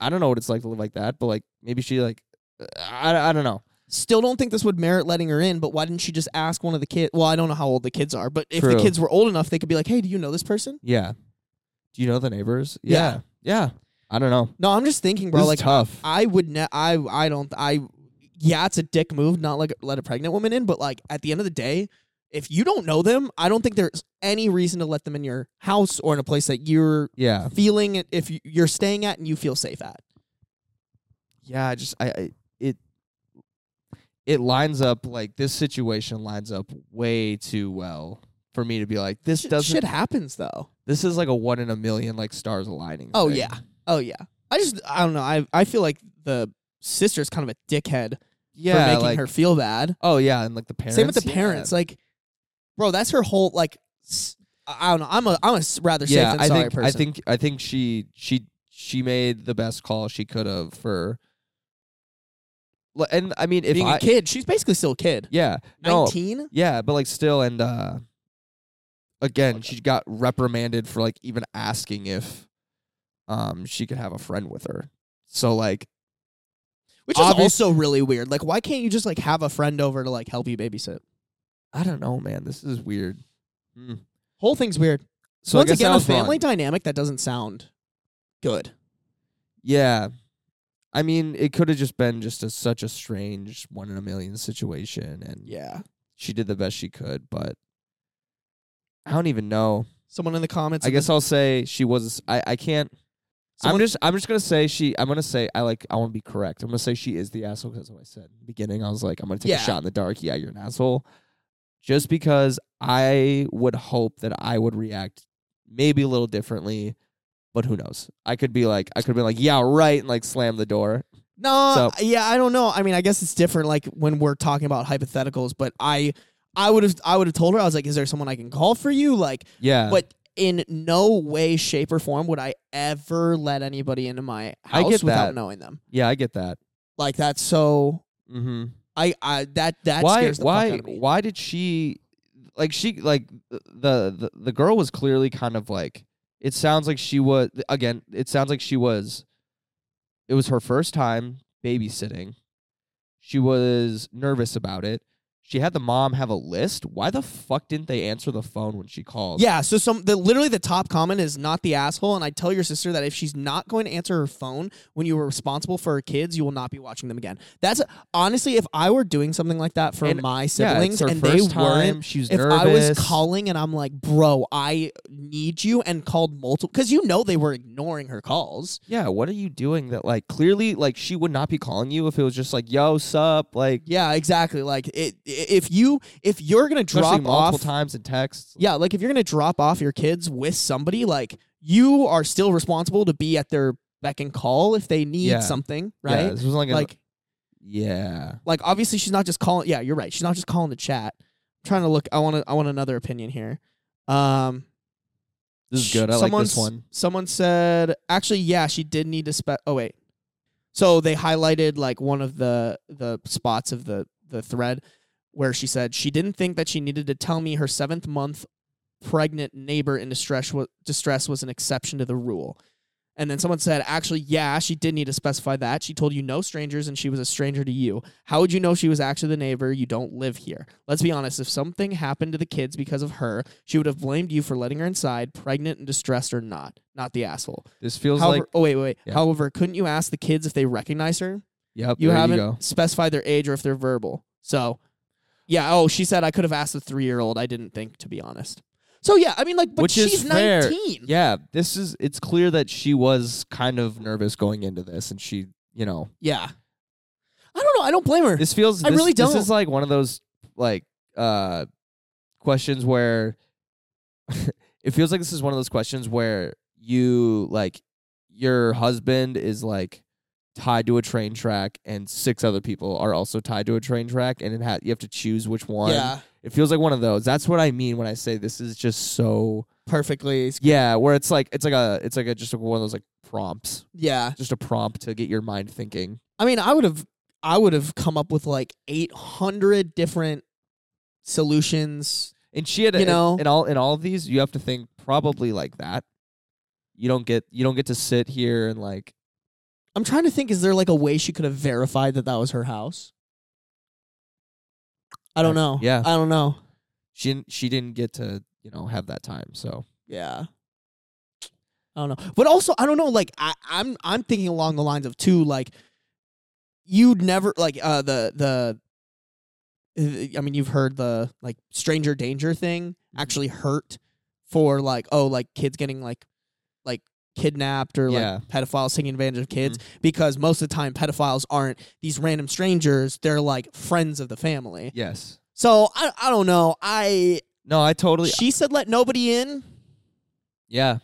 Speaker 2: I don't know what it's like to live like that, but like maybe she like, uh, I, I don't know.
Speaker 1: Still don't think this would merit letting her in. But why didn't she just ask one of the kids? Well, I don't know how old the kids are, but if
Speaker 2: True.
Speaker 1: the kids were old enough, they could be like, "Hey, do you know this person?"
Speaker 2: Yeah. Do you know the neighbors?
Speaker 1: Yeah.
Speaker 2: Yeah. I don't know.
Speaker 1: No, I'm just thinking, bro.
Speaker 2: this
Speaker 1: like
Speaker 2: is tough.
Speaker 1: I would. Ne- I I don't. I yeah, it's a dick move. Not like let a pregnant woman in, but like at the end of the day. If you don't know them, I don't think there's any reason to let them in your house or in a place that you're
Speaker 2: yeah.
Speaker 1: feeling it if you- you're staying at and you feel safe at.
Speaker 2: Yeah. I Just I, I it it lines up like this situation lines up way too well for me to be like this
Speaker 1: Shit-
Speaker 2: doesn't.
Speaker 1: shit happens though.
Speaker 2: This is like a one in a million like stars aligning.
Speaker 1: Oh
Speaker 2: thing.
Speaker 1: yeah. Oh yeah. I just I don't know. I I feel like the sister's kind of a dickhead for
Speaker 2: Yeah.
Speaker 1: making
Speaker 2: like,
Speaker 1: her feel bad.
Speaker 2: oh yeah, and like the parents.
Speaker 1: Same with the
Speaker 2: yeah.
Speaker 1: parents. Like, bro, that's her whole like. s- I I don't know. I'm a I'm a s- rather safe than
Speaker 2: I
Speaker 1: sorry
Speaker 2: think
Speaker 1: person.
Speaker 2: I think I think she she she made the best call she could have for. L- And I mean, if
Speaker 1: being a
Speaker 2: I
Speaker 1: kid, she's basically still a kid.
Speaker 2: yeah no
Speaker 1: Nineteen.
Speaker 2: yeah, but like still and uh again she got reprimanded for like even asking if um she could have a friend with her. So like
Speaker 1: Which is
Speaker 2: Obvious-
Speaker 1: also really weird. Like, why can't you just like have a friend over to like help you babysit?
Speaker 2: I don't know, man. This is weird. Mm.
Speaker 1: Whole thing's weird.
Speaker 2: So I
Speaker 1: Once
Speaker 2: guess
Speaker 1: again,
Speaker 2: I
Speaker 1: a
Speaker 2: was wrong.
Speaker 1: family dynamic that doesn't sound good.
Speaker 2: Yeah. I mean, it could have just been just a, such a strange one in a million situation, and
Speaker 1: Yeah.
Speaker 2: she did the best she could, but I don't even know.
Speaker 1: Someone in the comments.
Speaker 2: I guess I'll say she was. I I can't. I'm
Speaker 1: Someone-
Speaker 2: just I'm just gonna say she. I'm gonna say I like. I want to be correct. I'm gonna say she is the asshole because what I said in the beginning. I was like, I'm gonna take
Speaker 1: Yeah.
Speaker 2: a shot in the dark. Yeah, you're an asshole. Just because I would hope that I would react maybe a little differently, but who knows? I could be like I could be like yeah right and like slam the door.
Speaker 1: no,
Speaker 2: So-
Speaker 1: yeah, I don't know. I mean, I guess it's different. Like when we're talking about hypotheticals, but I, I would have, I would have told her. I was like, "Is there someone I can call for you?" Like,
Speaker 2: Yeah,
Speaker 1: but in no way, shape, or form would I ever let anybody into my
Speaker 2: I
Speaker 1: house
Speaker 2: get
Speaker 1: without
Speaker 2: that.
Speaker 1: knowing them.
Speaker 2: yeah, I get that.
Speaker 1: Like that's so.
Speaker 2: Mm-hmm.
Speaker 1: I, I that that
Speaker 2: why
Speaker 1: scares the
Speaker 2: why
Speaker 1: fuck out of me.
Speaker 2: why did she like she like the, the the girl was clearly kind of like it sounds like she was again it sounds like she was it was her first time babysitting she was nervous about it she had the mom have a list why the fuck didn't they answer the phone when she called
Speaker 1: Yeah, so some the literally the top comment is not the asshole, and I tell your sister that if she's not going to answer her phone when you were responsible for her kids, you will not be watching them again. That's honestly, if I were doing something like that for
Speaker 2: And-
Speaker 1: my
Speaker 2: yeah
Speaker 1: siblings
Speaker 2: it's her
Speaker 1: and
Speaker 2: first
Speaker 1: they
Speaker 2: time
Speaker 1: weren't,
Speaker 2: she was
Speaker 1: if
Speaker 2: nervous
Speaker 1: I was calling and I'm like, bro, I need you, and called multiple because you know they were ignoring her calls.
Speaker 2: yeah what are you doing that like clearly like she would not be calling you if it was just like yo sup like
Speaker 1: Yeah, exactly. Like it, i- if you if you're gonna
Speaker 2: especially
Speaker 1: drop
Speaker 2: multiple
Speaker 1: off
Speaker 2: times in texts
Speaker 1: Yeah, like if you're gonna drop off your kids with somebody, like you are still responsible to be at their beck and call if they need
Speaker 2: Yeah.
Speaker 1: something,
Speaker 2: Yeah,
Speaker 1: right?
Speaker 2: this was like, an-
Speaker 1: like,
Speaker 2: yeah.
Speaker 1: like obviously she's not just calling. Yeah, you're right. She's not just calling to chat. I'm trying to look. I want to. I want another opinion here. Um,
Speaker 2: This is good. I like
Speaker 1: someone
Speaker 2: this
Speaker 1: s-
Speaker 2: one.
Speaker 1: Someone said, actually, yeah, she did need to spec. Oh wait, So they highlighted like one of the the spots of the the thread where she said she didn't think that she needed to tell me her seventh month pregnant neighbor in distress wa- distress was an exception to the rule. And then someone said, actually, yeah, she did need to specify that. She told you no strangers and she was a stranger to you. How would you know she was actually the neighbor? You don't live here. Let's be honest, if something happened to the kids because of her, she would have blamed you for letting her inside, pregnant and distressed or not. Not the asshole.
Speaker 2: This feels
Speaker 1: However,
Speaker 2: like
Speaker 1: oh, wait, wait. wait.
Speaker 2: Yeah.
Speaker 1: However, couldn't you ask the kids if they recognize her?
Speaker 2: yep.
Speaker 1: You
Speaker 2: there
Speaker 1: haven't
Speaker 2: go.
Speaker 1: specified their age or if they're verbal. So, yeah. Oh, she said I could have asked a three year old. I didn't think, to be honest. So, yeah, I mean, like, but
Speaker 2: Which is
Speaker 1: she's
Speaker 2: fair.
Speaker 1: 19.
Speaker 2: Yeah, this is. It's clear that she was kind of nervous going into this, and she, you know,
Speaker 1: (laughs) Yeah. I don't know. I don't blame her.
Speaker 2: this feels.
Speaker 1: I
Speaker 2: this-
Speaker 1: really
Speaker 2: This
Speaker 1: don't.
Speaker 2: is like one of those like uh questions where (laughs) it feels like this is one of those questions where you like your husband is like tied to a train track and six other people are also tied to a train track and it ha- you have to choose which one
Speaker 1: Yeah.
Speaker 2: it feels like one of those that's what i mean when i say this is just so
Speaker 1: Perfectly.
Speaker 2: Yeah, where it's like it's like a it's like a just one of those like prompts,
Speaker 1: Yeah.
Speaker 2: just a prompt to get your mind thinking.
Speaker 1: I mean, I would have I would have come up with like 800 different solutions.
Speaker 2: And she had,
Speaker 1: You
Speaker 2: you
Speaker 1: know?
Speaker 2: know, in all in all of these, you have to think probably like that. You don't get you don't get to sit here and like
Speaker 1: I'm trying to think is there like a way she could have verified that that was her house? I don't
Speaker 2: Uh,
Speaker 1: know.
Speaker 2: yeah.
Speaker 1: I don't know.
Speaker 2: she didn't she didn't get to you know have that time. So
Speaker 1: Yeah. I don't know. But also I don't know like I I'm I'm thinking along the lines of too like you'd never like uh the the I mean you've heard the like stranger danger thing actually hurt for like oh like kids getting like like kidnapped or like
Speaker 2: Yeah.
Speaker 1: pedophiles taking advantage of kids because most of the time pedophiles aren't these random strangers they're like friends of the family.
Speaker 2: yes,
Speaker 1: So I I don't know. I
Speaker 2: no, I totally
Speaker 1: she said let nobody in
Speaker 2: yeah.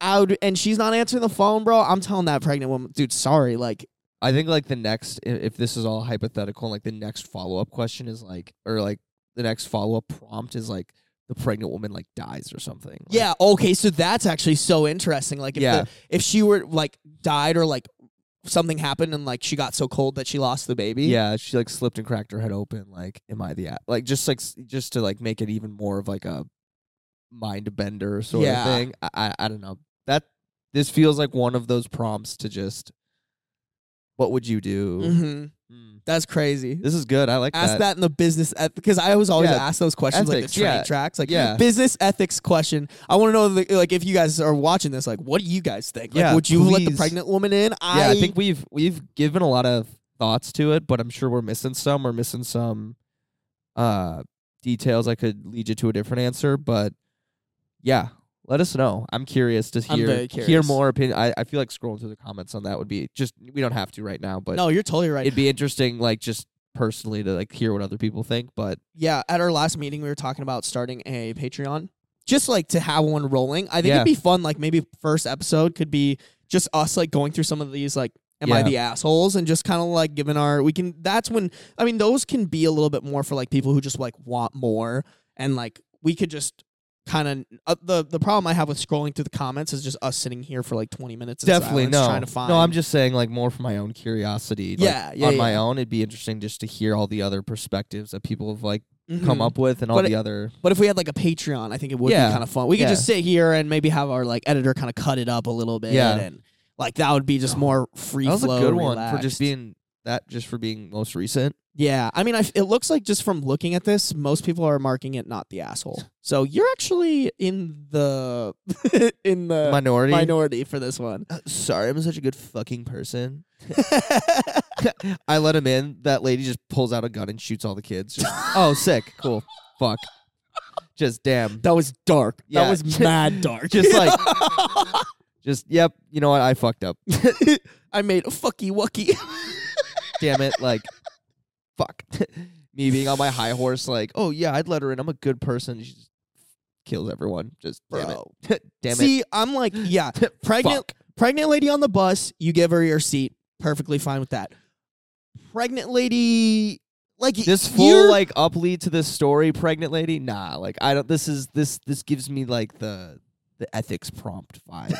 Speaker 1: out and she's not answering the phone, bro. I'm telling that pregnant woman, dude, sorry. Like,
Speaker 2: I think like the next i- if this is all hypothetical, like the next follow up question is like or like the next follow up prompt is like the pregnant woman like dies or something. Like,
Speaker 1: yeah, okay, so that's actually so interesting. Like, if,
Speaker 2: Yeah.
Speaker 1: the, if she were like died or like something happened and like she got so cold that she lost the baby,
Speaker 2: Yeah, she like slipped and cracked her head open. Like, am I the a-? like just like s- just to like make it even more of like a mind bender sort
Speaker 1: Yeah.
Speaker 2: of thing. I, I I don't know that this feels like one of those prompts to just what would you do?
Speaker 1: hmm
Speaker 2: Hmm.
Speaker 1: that's crazy.
Speaker 2: This is good. I like
Speaker 1: Ask that. in the business eth- because I was always
Speaker 2: Yeah,
Speaker 1: ask those questions like
Speaker 2: ethics,
Speaker 1: the train
Speaker 2: yeah.
Speaker 1: tracks, like
Speaker 2: Yeah.
Speaker 1: business ethics question. I want to know the, like if you guys are watching this, like what do you guys think? Like,
Speaker 2: Yeah,
Speaker 1: would you let the
Speaker 2: please.
Speaker 1: pregnant woman in? I,
Speaker 2: Yeah, I think we've we've given a lot of thoughts to it, but I'm sure we're missing some. We're missing some uh details that could lead you to a different answer. But yeah, let us know. I'm curious to
Speaker 1: I'm
Speaker 2: hear
Speaker 1: very
Speaker 2: hear
Speaker 1: curious.
Speaker 2: more opinion. I, I feel like scrolling through the comments on that would be just we don't have to right now, but
Speaker 1: no, you're totally right.
Speaker 2: it'd be interesting, like just personally to like hear what other people think. But
Speaker 1: yeah, at our last meeting, we were talking about starting a Patreon, just like to have one rolling. I think
Speaker 2: Yeah.
Speaker 1: it'd be fun. Like maybe first episode could be just us like going through some of these like. Am I
Speaker 2: Yeah.
Speaker 1: the assholes? And just kind of like giving our we can. That's when I mean those can be a little bit more for like people who just like want more and like we could just kind of uh, the the problem I have with scrolling through the comments is just us sitting here for like twenty minutes. in
Speaker 2: definitely
Speaker 1: silence
Speaker 2: no.
Speaker 1: trying to find
Speaker 2: No, I'm just saying like more for my own curiosity. like,
Speaker 1: Yeah, yeah,
Speaker 2: on my
Speaker 1: yeah.
Speaker 2: own, it'd be interesting just to hear all the other perspectives that people have like
Speaker 1: Mhm.
Speaker 2: come up with and all
Speaker 1: But
Speaker 2: the other
Speaker 1: But if we had like a Patreon, I think it would
Speaker 2: Yeah.
Speaker 1: be kind of fun. We could
Speaker 2: Yeah.
Speaker 1: just sit here and maybe have our like editor kind of cut it up a little bit.
Speaker 2: Yeah.
Speaker 1: And like that would be just more free
Speaker 2: That was
Speaker 1: flow.
Speaker 2: a good one for
Speaker 1: relaxed.
Speaker 2: just being that just for being most recent.
Speaker 1: Yeah. I mean, I f it looks like just from looking at this, most people are marking it not the asshole. So you're actually in the (laughs) in the minority,
Speaker 2: Minority.
Speaker 1: for this one.
Speaker 2: Uh, Sorry, I'm such a good
Speaker 1: (laughs)
Speaker 2: fucking person. (laughs) I let him in. That lady just pulls out a gun and shoots all the kids.
Speaker 1: (laughs)
Speaker 2: Just, oh, sick. Cool. Fuck. Just damn.
Speaker 1: That was dark. That
Speaker 2: Yeah. (laughs)
Speaker 1: was mad dark.
Speaker 2: Just like just yep, you know what? I fucked up.
Speaker 1: (laughs) I made a fucky wucky.
Speaker 2: damn it. Like fuck. (laughs) Me being on my high horse like, "Oh yeah, I'd let her in. I'm a good person." She just kills everyone. Just damn
Speaker 1: Bro.
Speaker 2: it. (laughs) damn it.
Speaker 1: See, I'm like, yeah, pregnant
Speaker 2: (laughs) Fuck.
Speaker 1: pregnant lady on the bus, you give her your seat. Perfectly fine with that. Pregnant lady, like
Speaker 2: this
Speaker 1: you're- (laughs)
Speaker 2: full like up lead to this story pregnant lady nah like i don't this is this
Speaker 1: (laughs)
Speaker 2: this gives me like the the ethics prompt vibe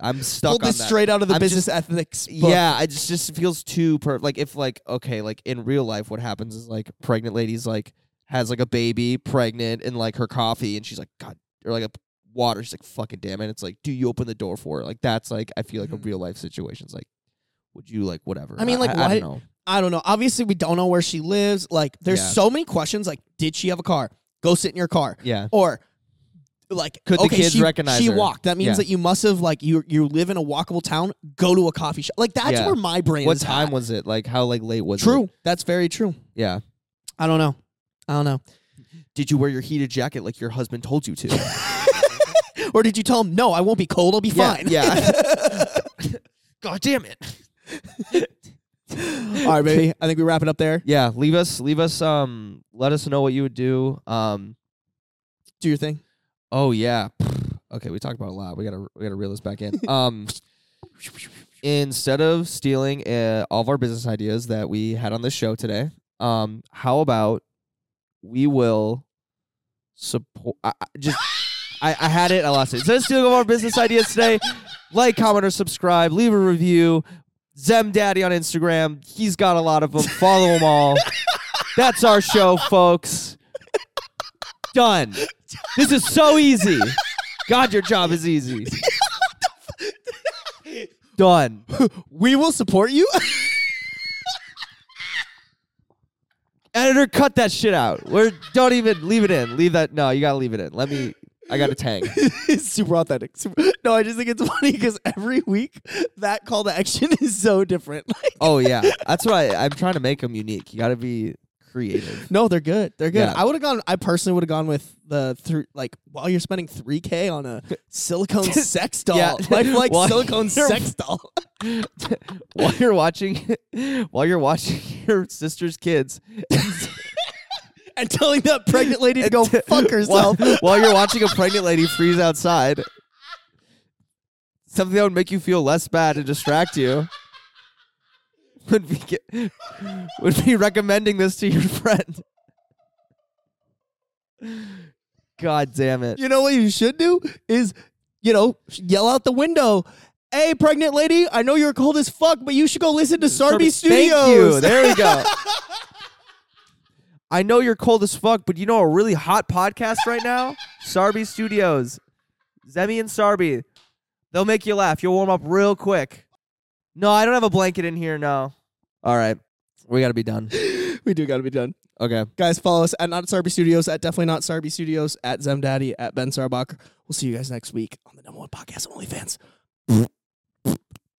Speaker 2: I'm stuck
Speaker 1: Pulled
Speaker 2: on
Speaker 1: this
Speaker 2: that.
Speaker 1: straight out of the
Speaker 2: I'm
Speaker 1: business
Speaker 2: just-
Speaker 1: ethics. Book.
Speaker 2: Yeah, it just, just feels too per like if like okay, like in real life what happens is like pregnant ladies like has like a baby pregnant and like her coffee and she's like god or like a p- water she's like fucking damn it. It's like do you open the door for her? Like that's like I feel like a
Speaker 1: Mhm.
Speaker 2: real life situation's like would you like whatever.
Speaker 1: I mean, like,
Speaker 2: I,
Speaker 1: why-
Speaker 2: don't know.
Speaker 1: I don't know. Obviously, we don't know where she lives. Like, there's
Speaker 2: Yeah.
Speaker 1: so many questions. Like, did she have a car? Go sit in your car.
Speaker 2: Yeah.
Speaker 1: Or, like,
Speaker 2: Could the
Speaker 1: okay,
Speaker 2: kids
Speaker 1: she,
Speaker 2: recognize
Speaker 1: she
Speaker 2: her?
Speaker 1: walked. That means
Speaker 2: Yeah.
Speaker 1: that you must have like you you live in a walkable town. Go to a coffee shop. Like that's
Speaker 2: Yeah.
Speaker 1: where my brain.
Speaker 2: What
Speaker 1: is
Speaker 2: time
Speaker 1: at.
Speaker 2: was it? Like how like late was it?
Speaker 1: True. That's very true.
Speaker 2: Yeah.
Speaker 1: I don't know. I don't know.
Speaker 2: Did you wear your heated jacket like your husband told you to? (laughs)
Speaker 1: Or did you tell him no? I won't be cold. I'll be
Speaker 2: Yeah,
Speaker 1: fine. (laughs)
Speaker 2: yeah. God damn it.
Speaker 1: All right, baby. I think we wrap it up there.
Speaker 2: (laughs) Yeah, leave us leave us um let us know what you would do. Um
Speaker 1: Do your thing.
Speaker 2: Oh yeah. (sighs) Okay, we talked about a lot. We gotta we gotta reel this back in. Um, instead of stealing uh, all of our business ideas that we had on this show today, um, how about we will support? I, I just I, I had it. I lost it. Instead of stealing all of our business ideas today, like, comment, or subscribe. Leave a review. Zem Daddy on Instagram. He's got a lot of them. Follow them all. That's our show, folks. Done. This is so easy. God, your job is easy. Done.
Speaker 1: We will support you. (laughs)
Speaker 2: Editor, cut that shit out. We're don't even leave it in. Leave that. No, you gotta leave it in. Let me. I got to tang.
Speaker 1: it's super authentic. Super- No, I just think it's (laughs) funny because every week that call to action (laughs) is so different. Like,
Speaker 2: Oh yeah, that's what I, I'm trying to make them unique. You gotta be creative.
Speaker 1: no, they're good. They're good.
Speaker 2: Yeah.
Speaker 1: I would have gone. I personally would have gone with the three. Like, while you're spending three k on (laughs) a silicone sex doll,
Speaker 2: Yeah.
Speaker 1: like (laughs) like
Speaker 2: While
Speaker 1: silicone
Speaker 2: you're-
Speaker 1: sex doll.
Speaker 2: While you're watching, (laughs) while you're watching (laughs) your sister's kids,
Speaker 1: (laughs) and telling that pregnant lady to go (laughs) fuck
Speaker 2: while,
Speaker 1: herself.
Speaker 2: while (laughs) you're watching a pregnant lady freeze outside, something that would make you feel less bad and distract you (laughs) would be ge- would be recommending this to your (laughs) friend. God damn it!
Speaker 1: You know what you should do is, you know, yell out the window. Hey, pregnant lady, I know you're cold as fuck, but you should go listen to Sarby Studios.
Speaker 2: Thank you. There we go. I know you're cold as fuck, but you know a really hot podcast right now? Sarby Studios. Zemi and Sarby. They'll make you laugh. You'll warm up real quick. No, I don't have a blanket in here, no. All right. We got to be done.
Speaker 1: (laughs) we do gotta be done.
Speaker 2: Okay.
Speaker 1: Guys, follow us at Not Sarby Studios, at Definitely Not Sarby Studios, at Zemdaddy, at Ben Sarbacher. We'll see you guys next week on the number one podcast, OnlyFans.